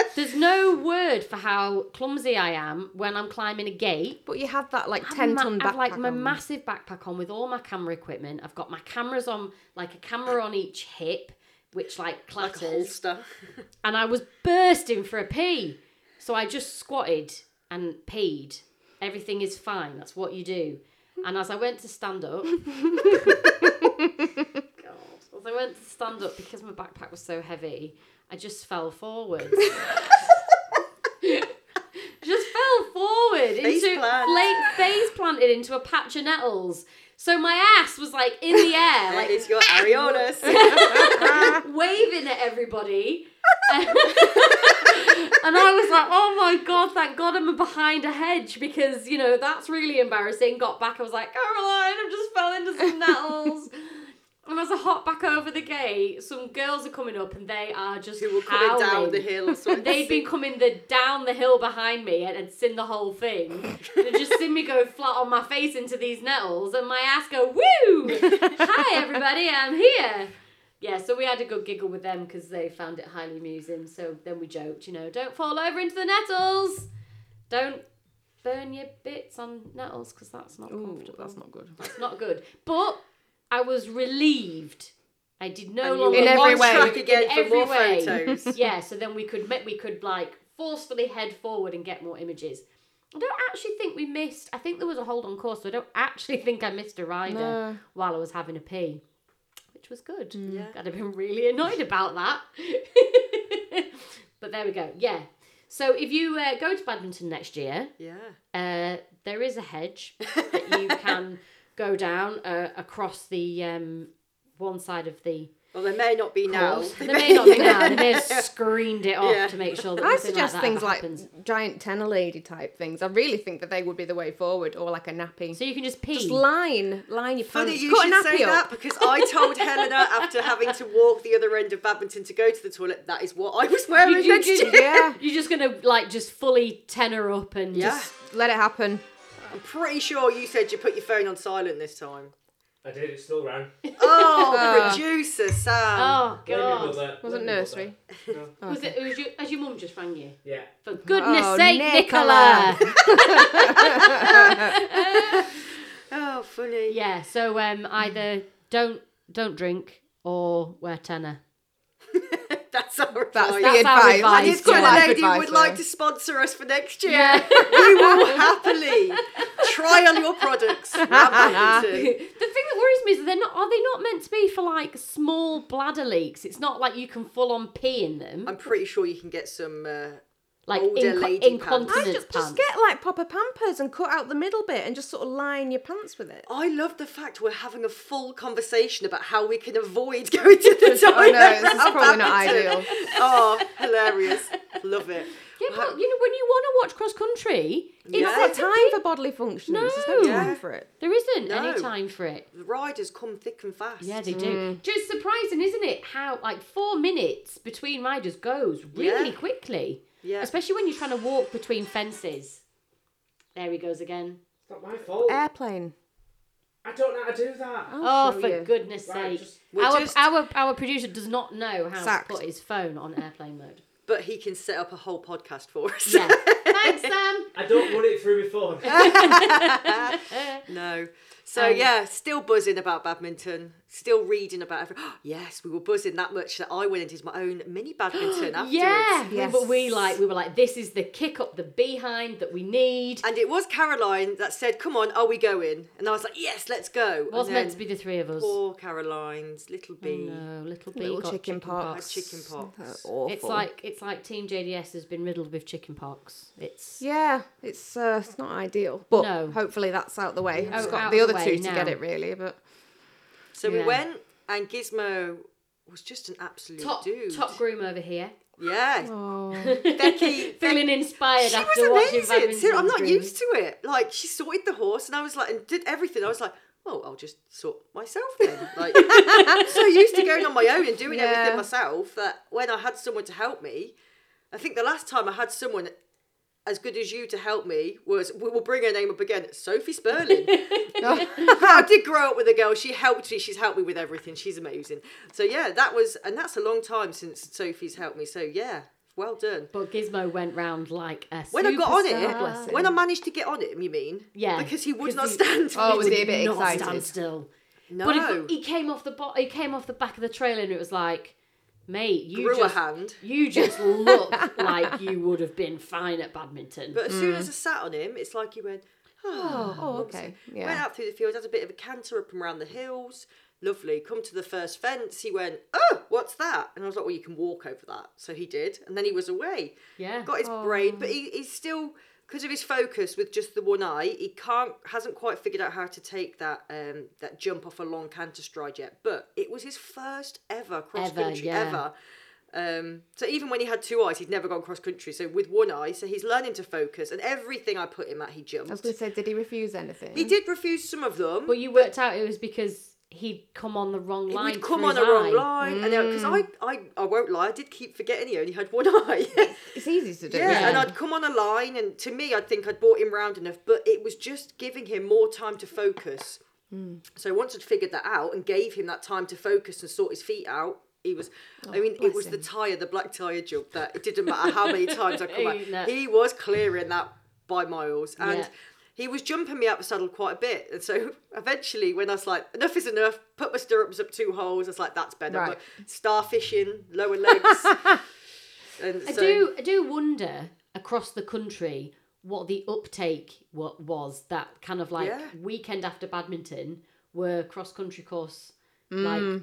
Speaker 2: *laughs*
Speaker 1: There's no word for how clumsy I am when I'm climbing a gate.
Speaker 2: But you had that like
Speaker 1: I've
Speaker 2: ten
Speaker 1: ma-
Speaker 2: ton backpack.
Speaker 1: I've like my
Speaker 2: on.
Speaker 1: massive backpack on with all my camera equipment. I've got my cameras on, like a camera on each hip, which like
Speaker 3: Like a
Speaker 1: clatters.
Speaker 3: holster.
Speaker 1: and I was bursting for a pee. So I just squatted and peed. Everything is fine. That's what you do. And as I went to stand up, *laughs* God, as I went to stand up because my backpack was so heavy, I just fell forward. *laughs* just fell forward
Speaker 3: Face
Speaker 1: into
Speaker 3: plant.
Speaker 1: late face planted into a patch of nettles. So my ass was like in the
Speaker 3: *laughs*
Speaker 1: air,
Speaker 3: Like,
Speaker 1: like
Speaker 3: it's
Speaker 1: *laughs*
Speaker 3: your Ariolas.
Speaker 1: waving at everybody. *laughs* and I was like, oh my god, thank god I'm behind a hedge because, you know, that's really
Speaker 3: *laughs*
Speaker 1: embarrassing. Got back, I was like, Caroline, I just fell into some nettles. and as I hopped back back over the gate, some girls are coming up and they are just
Speaker 3: Who were coming down
Speaker 1: howling.
Speaker 3: the hill?
Speaker 2: *laughs*
Speaker 3: So
Speaker 1: They'd been coming the down the hill behind me and had seen the whole thing. They just seen me go flat on my face into these nettles and my ass go woo. Hi everybody, I'm here. Yeah, so we had a good giggle with them because they found it highly amusing. So then we joked, you know, don't fall over into the nettles. Don't burn your bits on nettles because that's not
Speaker 2: Ooh,
Speaker 1: comfortable.
Speaker 2: that's not good.
Speaker 1: It's not good. But I was relieved. I did no
Speaker 3: And you
Speaker 1: longer
Speaker 3: were
Speaker 2: In every
Speaker 1: want
Speaker 3: on
Speaker 2: way.
Speaker 3: track again
Speaker 1: In
Speaker 3: for
Speaker 1: every
Speaker 3: more
Speaker 1: way. *laughs*
Speaker 3: photos.
Speaker 1: yeah, so then we could ma- we could like forcefully head forward and get more images. I don't actually think we missed. I think there was a hold on course, so I don't actually *laughs* think I missed a rider
Speaker 2: No.
Speaker 1: while I was having a pee, which was good.
Speaker 3: Yeah.
Speaker 1: I'd have been really annoyed about that. *laughs* but there we go. Yeah. So if you uh, go to badminton next year,
Speaker 3: yeah.
Speaker 1: uh, there is a hedge that you
Speaker 3: *laughs*
Speaker 1: can go down uh, across the um, one side of the
Speaker 3: Well, there may not be now. *laughs*
Speaker 1: course. They may not be now. They may have screened it off
Speaker 3: Yeah.
Speaker 1: to make sure that
Speaker 2: I
Speaker 1: nothing
Speaker 2: suggest
Speaker 1: like that
Speaker 2: things
Speaker 1: ever
Speaker 2: like
Speaker 1: happens.
Speaker 2: giant tenor lady type things. I really think that they would be the way forward, or like a nappy.
Speaker 1: So you can just pee.
Speaker 2: Just line, line your
Speaker 3: Funny
Speaker 2: pants.
Speaker 3: you
Speaker 2: Cut a
Speaker 3: should
Speaker 2: nappy
Speaker 3: say that
Speaker 2: up.
Speaker 3: because I told Helena after having to walk the other end of badminton to go to the toilet, that is what I was wearing
Speaker 1: *laughs* You
Speaker 3: next
Speaker 1: just-
Speaker 3: year.
Speaker 2: yeah,
Speaker 1: You're just gonna like just fully tenor up and
Speaker 3: Yeah.
Speaker 1: just
Speaker 2: let it happen.
Speaker 3: I'm pretty sure you said you put your phone on silent this
Speaker 2: *laughs*
Speaker 3: time.
Speaker 4: I did, it still ran.
Speaker 3: Oh,
Speaker 2: Ah.
Speaker 3: producer Sam.
Speaker 1: oh
Speaker 4: uh,
Speaker 1: god.
Speaker 2: Wasn't nursery.
Speaker 4: No.
Speaker 1: *laughs* Was it, it was your, as your mum just rang you?
Speaker 4: uh, Yeah.
Speaker 1: For goodness
Speaker 2: Oh,
Speaker 1: sake, Nicola.
Speaker 2: Nicola.
Speaker 3: Oh, funny.
Speaker 1: yeah. So um, either don't don't drink or wear tenor.
Speaker 3: *laughs* That's our
Speaker 2: That's
Speaker 3: advice.
Speaker 2: the
Speaker 1: That's our
Speaker 2: advice.
Speaker 1: advice,
Speaker 3: and
Speaker 2: That
Speaker 3: if
Speaker 2: is
Speaker 1: yeah.
Speaker 2: good
Speaker 3: Good
Speaker 2: life
Speaker 3: Lady
Speaker 2: advice,
Speaker 3: would
Speaker 2: though.
Speaker 3: like to sponsor us for next year,
Speaker 1: *laughs* Yeah.
Speaker 3: we will happily try on your products.
Speaker 2: *laughs*
Speaker 3: Rob
Speaker 1: the
Speaker 3: Atkinson.
Speaker 1: thing that worries me is that they're not. Are they not meant to be for like small bladder leaks? It's not like you can full on pee in them.
Speaker 3: I'm pretty sure you can get some. Uh,
Speaker 1: like
Speaker 3: older
Speaker 1: inco-
Speaker 3: lady
Speaker 1: incontinence
Speaker 3: pants.
Speaker 2: I just,
Speaker 1: pants.
Speaker 2: just get like proper pampers and cut out the middle bit and just sort of line your pants with *laughs* it.
Speaker 3: I love the fact we're having a full conversation about how we can avoid *laughs* going
Speaker 2: *laughs*
Speaker 3: to the toilet.
Speaker 2: Oh, this is
Speaker 3: around
Speaker 2: probably not
Speaker 3: Badminton.
Speaker 2: ideal.
Speaker 3: *laughs* Oh, hilarious! Love it.
Speaker 1: Yeah, but you know when you want to watch cross country, it's
Speaker 3: Yeah.
Speaker 2: It's not time for bodily functions. There's no
Speaker 1: No.
Speaker 2: time for it.
Speaker 1: there isn't
Speaker 3: No.
Speaker 1: any time for it.
Speaker 3: The riders come thick and fast.
Speaker 1: Yeah, they
Speaker 2: Mm.
Speaker 1: do. Just surprising, isn't it? How like four minutes between riders goes really
Speaker 3: Yeah.
Speaker 1: quickly,
Speaker 3: Yeah.
Speaker 1: especially when you're trying to walk between fences. There he goes again.
Speaker 4: It's not my fault.
Speaker 2: Airplane.
Speaker 4: I don't know how to do that.
Speaker 1: Oh,
Speaker 2: Uh, I'll show
Speaker 1: for
Speaker 2: you.
Speaker 1: goodness sake!
Speaker 4: Right, just-
Speaker 3: We're
Speaker 1: our,
Speaker 3: just-
Speaker 1: our our producer does not know how
Speaker 2: Sacked.
Speaker 1: to put his phone on airplane mode.
Speaker 3: But he can set up a whole podcast for us. *laughs*
Speaker 1: Yeah. Thanks, Sam.
Speaker 4: I don't run it through my phone.
Speaker 2: *laughs*
Speaker 3: No. So
Speaker 1: Um,
Speaker 3: yeah, still buzzing about badminton. Still reading about every. *gasps* yes, we were buzzing that much that I went and did my own mini badminton
Speaker 1: *gasps*
Speaker 3: afterwards.
Speaker 1: Yeah, we-
Speaker 2: Yes.
Speaker 1: but we like we were like, this is the kick up the behind that we need.
Speaker 3: And it was Caroline that said, "Come on, are we going?" And I was like, "Yes, let's go."
Speaker 1: was
Speaker 3: and
Speaker 1: meant to be the three of us.
Speaker 3: Poor Caroline's little
Speaker 1: Oh,
Speaker 3: bee.
Speaker 1: no, little bee
Speaker 2: Little
Speaker 1: got
Speaker 2: chicken, pox.
Speaker 3: pox. Chicken pox.
Speaker 2: They're Awful.
Speaker 1: It's like it's like Team JDS has been riddled with chicken pox. It's
Speaker 2: Yeah, it's uh, it's not ideal, but
Speaker 1: No.
Speaker 2: hopefully that's out the way.
Speaker 1: Oh,
Speaker 2: It's got
Speaker 1: out
Speaker 2: the
Speaker 1: of
Speaker 2: other
Speaker 1: the way
Speaker 2: two to
Speaker 1: now.
Speaker 2: get it really, but
Speaker 3: So we
Speaker 1: Yeah.
Speaker 3: went, and Gizmo was just an absolute
Speaker 1: top
Speaker 3: dude.
Speaker 1: top groom over here, *laughs*
Speaker 3: Yeah,
Speaker 2: *laughs* oh,
Speaker 3: Becky.
Speaker 1: feeling inspired
Speaker 3: She
Speaker 1: after
Speaker 3: was
Speaker 1: watching
Speaker 3: amazing.
Speaker 1: badminton
Speaker 3: Ser- I'm not
Speaker 1: groom.
Speaker 3: used to it. Like she sorted the horse, and I was like, and did everything. I was like, well, I'll just sort myself
Speaker 1: *laughs*
Speaker 3: then. Like, I'm so used to going on my own and doing
Speaker 2: Yeah.
Speaker 3: everything myself that when I had someone to help me, I think the last time I had someone as good as you to help me was we will bring her name up again, Sophie
Speaker 1: *laughs*
Speaker 3: Sperling. *laughs*
Speaker 2: Oh.
Speaker 3: I did grow up with a girl. She helped me. She's helped me with everything. She's amazing. So yeah, that was, and that's a long time since Sophie's helped me. So yeah, well done.
Speaker 1: But Gizmo went round like a
Speaker 3: When I got on
Speaker 1: superstar.
Speaker 2: bless
Speaker 3: it, when I managed to get on him, you mean?
Speaker 1: Yeah.
Speaker 3: Because he
Speaker 1: 'Cause
Speaker 3: would not
Speaker 1: he-
Speaker 3: stand.
Speaker 2: Oh, was he a
Speaker 1: would
Speaker 2: bit
Speaker 1: not
Speaker 2: excited?
Speaker 1: Stand still.
Speaker 3: *laughs* no.
Speaker 1: But it- he came off the bo- he came off the back of the trailer and it was like, mate, you
Speaker 3: Grew
Speaker 1: just
Speaker 3: a hand.
Speaker 1: you just look like you would have been fine at badminton.
Speaker 3: But as soon
Speaker 1: Mm.
Speaker 3: as I sat on him, it's like he went, oh,
Speaker 2: *laughs* oh
Speaker 3: Mumsy."
Speaker 2: okay,
Speaker 3: Went
Speaker 2: yeah.
Speaker 3: out through the fields, had a bit of a canter up and round the hills. Lovely. Come to the first fence. He went, oh, what's that? And I was like, well, you can walk over that. So he did. And then he was away.
Speaker 1: yeah.
Speaker 3: Got his brain, but he, he's still, because of his focus with just the one eye, he can't, hasn't quite figured out how to take that um, that jump off a long canter stride yet. But it was his first ever cross
Speaker 1: Ever,
Speaker 3: country
Speaker 1: yeah.
Speaker 3: ever. Um, so even when he had two eyes, he'd never gone cross country. So with one eye, so he's learning to focus, and everything I put him at, he
Speaker 2: I was
Speaker 3: jumped.
Speaker 2: going to say, did he refuse anything?
Speaker 3: He did refuse some of them.
Speaker 1: But you worked out it was because he'd come on the wrong line. Mm.
Speaker 3: We'd come
Speaker 1: through
Speaker 3: on the
Speaker 1: his
Speaker 3: wrong
Speaker 1: eye.
Speaker 3: line, and because I, I, I won't lie, I did keep forgetting he only had one *laughs* eye.
Speaker 2: It's easy to do.
Speaker 3: yeah,
Speaker 2: isn't
Speaker 3: and
Speaker 2: it?
Speaker 3: I'd come on a line, and to me, I'd think I'd brought him round enough, but it was just giving him more time to focus. So once I'd figured that out and gave him that time to focus and sort his feet out, he was. I mean, it
Speaker 2: bless
Speaker 3: was the
Speaker 2: him.
Speaker 3: tire, the black tire jump. That it didn't matter how many times I come
Speaker 1: Ain't that-
Speaker 3: out, he was clearing that by miles, and.
Speaker 1: Yeah.
Speaker 3: He was jumping me out the saddle quite a bit, and so *laughs* eventually, when I was like, "Enough is enough," put my stirrups up two holes. I was like, "That's better."
Speaker 2: Right.
Speaker 3: But starfishing, lower legs. and
Speaker 1: I
Speaker 3: so,
Speaker 1: do I do wonder across the country what the uptake what was that kind of like
Speaker 3: Yeah.
Speaker 1: weekend after badminton were cross country course
Speaker 3: Mm.
Speaker 1: like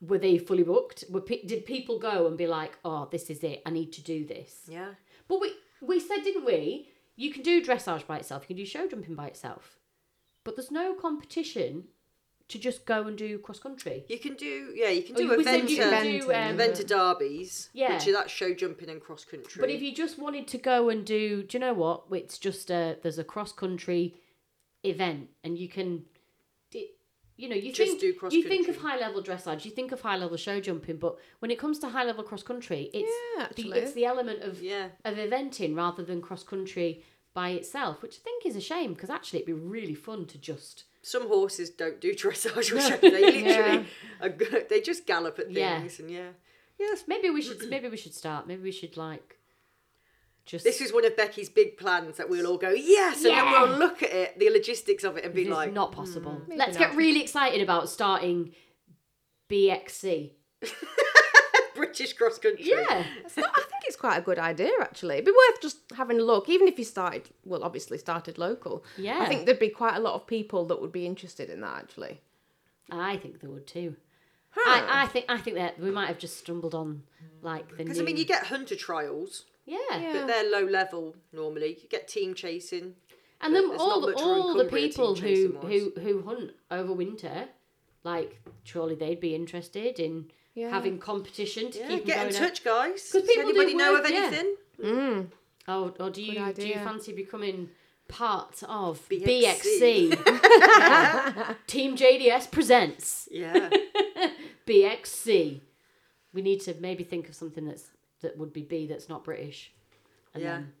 Speaker 1: were they fully booked were pe- did people go and be like oh this is it I need to do this
Speaker 3: Yeah.
Speaker 1: but we we said didn't we you can do dressage by itself you can do show jumping by itself but there's no competition to just go and do cross country
Speaker 3: You can do, yeah, you can
Speaker 1: Oh,
Speaker 3: do
Speaker 1: we said
Speaker 3: events,
Speaker 1: you can
Speaker 3: event,
Speaker 1: do,
Speaker 2: Eventing.
Speaker 1: um,
Speaker 3: event derbies,
Speaker 1: Yeah.
Speaker 3: which are that show jumping and cross country.
Speaker 1: But if you just wanted to go and do, do you know what? It's just a there's a cross country event, and you can, it, you know, you
Speaker 3: Just
Speaker 1: think
Speaker 3: do cross
Speaker 1: you think of
Speaker 3: country.
Speaker 1: high level dressage, you think of high level show jumping, but when it comes to high level cross country, it's the,
Speaker 2: Yeah, actually.
Speaker 1: it's the element of
Speaker 3: yeah,
Speaker 1: of eventing rather than cross country by itself, which I think is a shame because actually it'd be really fun to just
Speaker 3: some horses don't do
Speaker 1: *laughs*
Speaker 3: dressage or show. They literally, *laughs*
Speaker 2: Yeah.
Speaker 3: are good. they just gallop at
Speaker 1: Yeah.
Speaker 3: things, and yeah, yes.
Speaker 1: maybe we should maybe we should start maybe we should like just
Speaker 3: This is one of Becky's big plans that we'll all go yes, and then
Speaker 1: Yeah.
Speaker 3: we'll look at it, the logistics of it, and be
Speaker 1: It's
Speaker 3: like, hmm,
Speaker 1: not possible.
Speaker 2: maybe
Speaker 1: Let's
Speaker 2: not.
Speaker 1: get really excited about starting BXC.
Speaker 3: British cross country.
Speaker 1: Yeah.
Speaker 2: It's not- I think it's quite a good idea, actually. It'd be worth just having a look, even if you started, well, obviously started local.
Speaker 1: Yeah.
Speaker 2: I think there'd be quite a lot of people that would be interested in that, actually.
Speaker 1: I think they would too. I, I think I think that we might have just stumbled on like the new.
Speaker 3: Because I mean, you get hunter trials,
Speaker 1: yeah.
Speaker 2: Yeah.
Speaker 3: but they're low level normally. You get team chasing.
Speaker 1: and then
Speaker 3: There's not
Speaker 1: all the,
Speaker 3: much room
Speaker 1: all the
Speaker 3: Cumbria team
Speaker 1: people who,
Speaker 3: chasing wise.
Speaker 1: who who hunt over winter, like surely they'd be interested in
Speaker 2: Yeah.
Speaker 1: having competition to
Speaker 3: Yeah,
Speaker 1: keep 'em
Speaker 3: get in
Speaker 1: going out.
Speaker 3: touch, guys.
Speaker 1: Because
Speaker 3: Does
Speaker 1: people do
Speaker 3: anybody know
Speaker 1: work,
Speaker 3: of
Speaker 1: yeah. *laughs*
Speaker 3: anything?
Speaker 2: Mm.
Speaker 1: Oh, or do you do you
Speaker 2: idea.
Speaker 1: fancy becoming part of BXC?
Speaker 3: BXC? *laughs*
Speaker 1: Yeah. Team JDS presents
Speaker 3: Yeah.
Speaker 1: BXC. We need to maybe think of something that's that would be B that's not British, and
Speaker 3: Yeah.
Speaker 1: then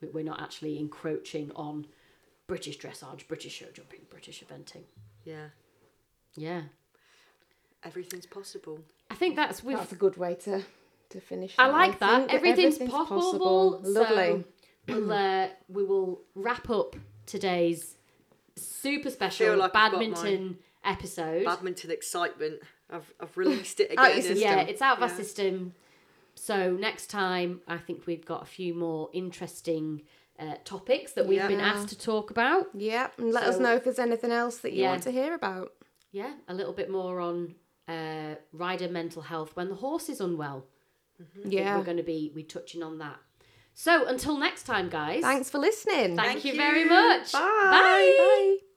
Speaker 1: we- we're not actually encroaching on British dressage, British show jumping, British eventing.
Speaker 3: yeah.
Speaker 1: Yeah,
Speaker 3: Everything's possible.
Speaker 1: I think that's we've.
Speaker 2: That's a good way to, to finish.
Speaker 1: I like that.
Speaker 2: think
Speaker 1: Everything's, possible.
Speaker 2: possible.
Speaker 1: So
Speaker 2: Lovely.
Speaker 1: *clears throat* we'll, uh, we will wrap up today's super special
Speaker 3: like I've got
Speaker 1: badminton episode.
Speaker 3: Badminton excitement. I've, I've released it
Speaker 2: Out
Speaker 3: again.
Speaker 2: your system.
Speaker 1: Yeah, it's out of our
Speaker 3: Yeah.
Speaker 1: system. So next time, I think we've got a few more interesting uh, topics that we've been
Speaker 2: Yeah.
Speaker 1: asked to talk about.
Speaker 2: Yep, and let us
Speaker 1: So-
Speaker 2: know if there's anything else that you
Speaker 1: Yeah.
Speaker 2: want to hear about.
Speaker 1: Yeah, a little bit more on uh, rider mental health when the horse is unwell.
Speaker 2: Yeah.
Speaker 1: We're going to be we touching on that. So until next time, guys.
Speaker 2: Thanks for listening.
Speaker 1: Thank,
Speaker 3: Thank
Speaker 1: you, very
Speaker 3: you.
Speaker 1: much.
Speaker 3: Bye.
Speaker 1: Bye.
Speaker 2: Bye.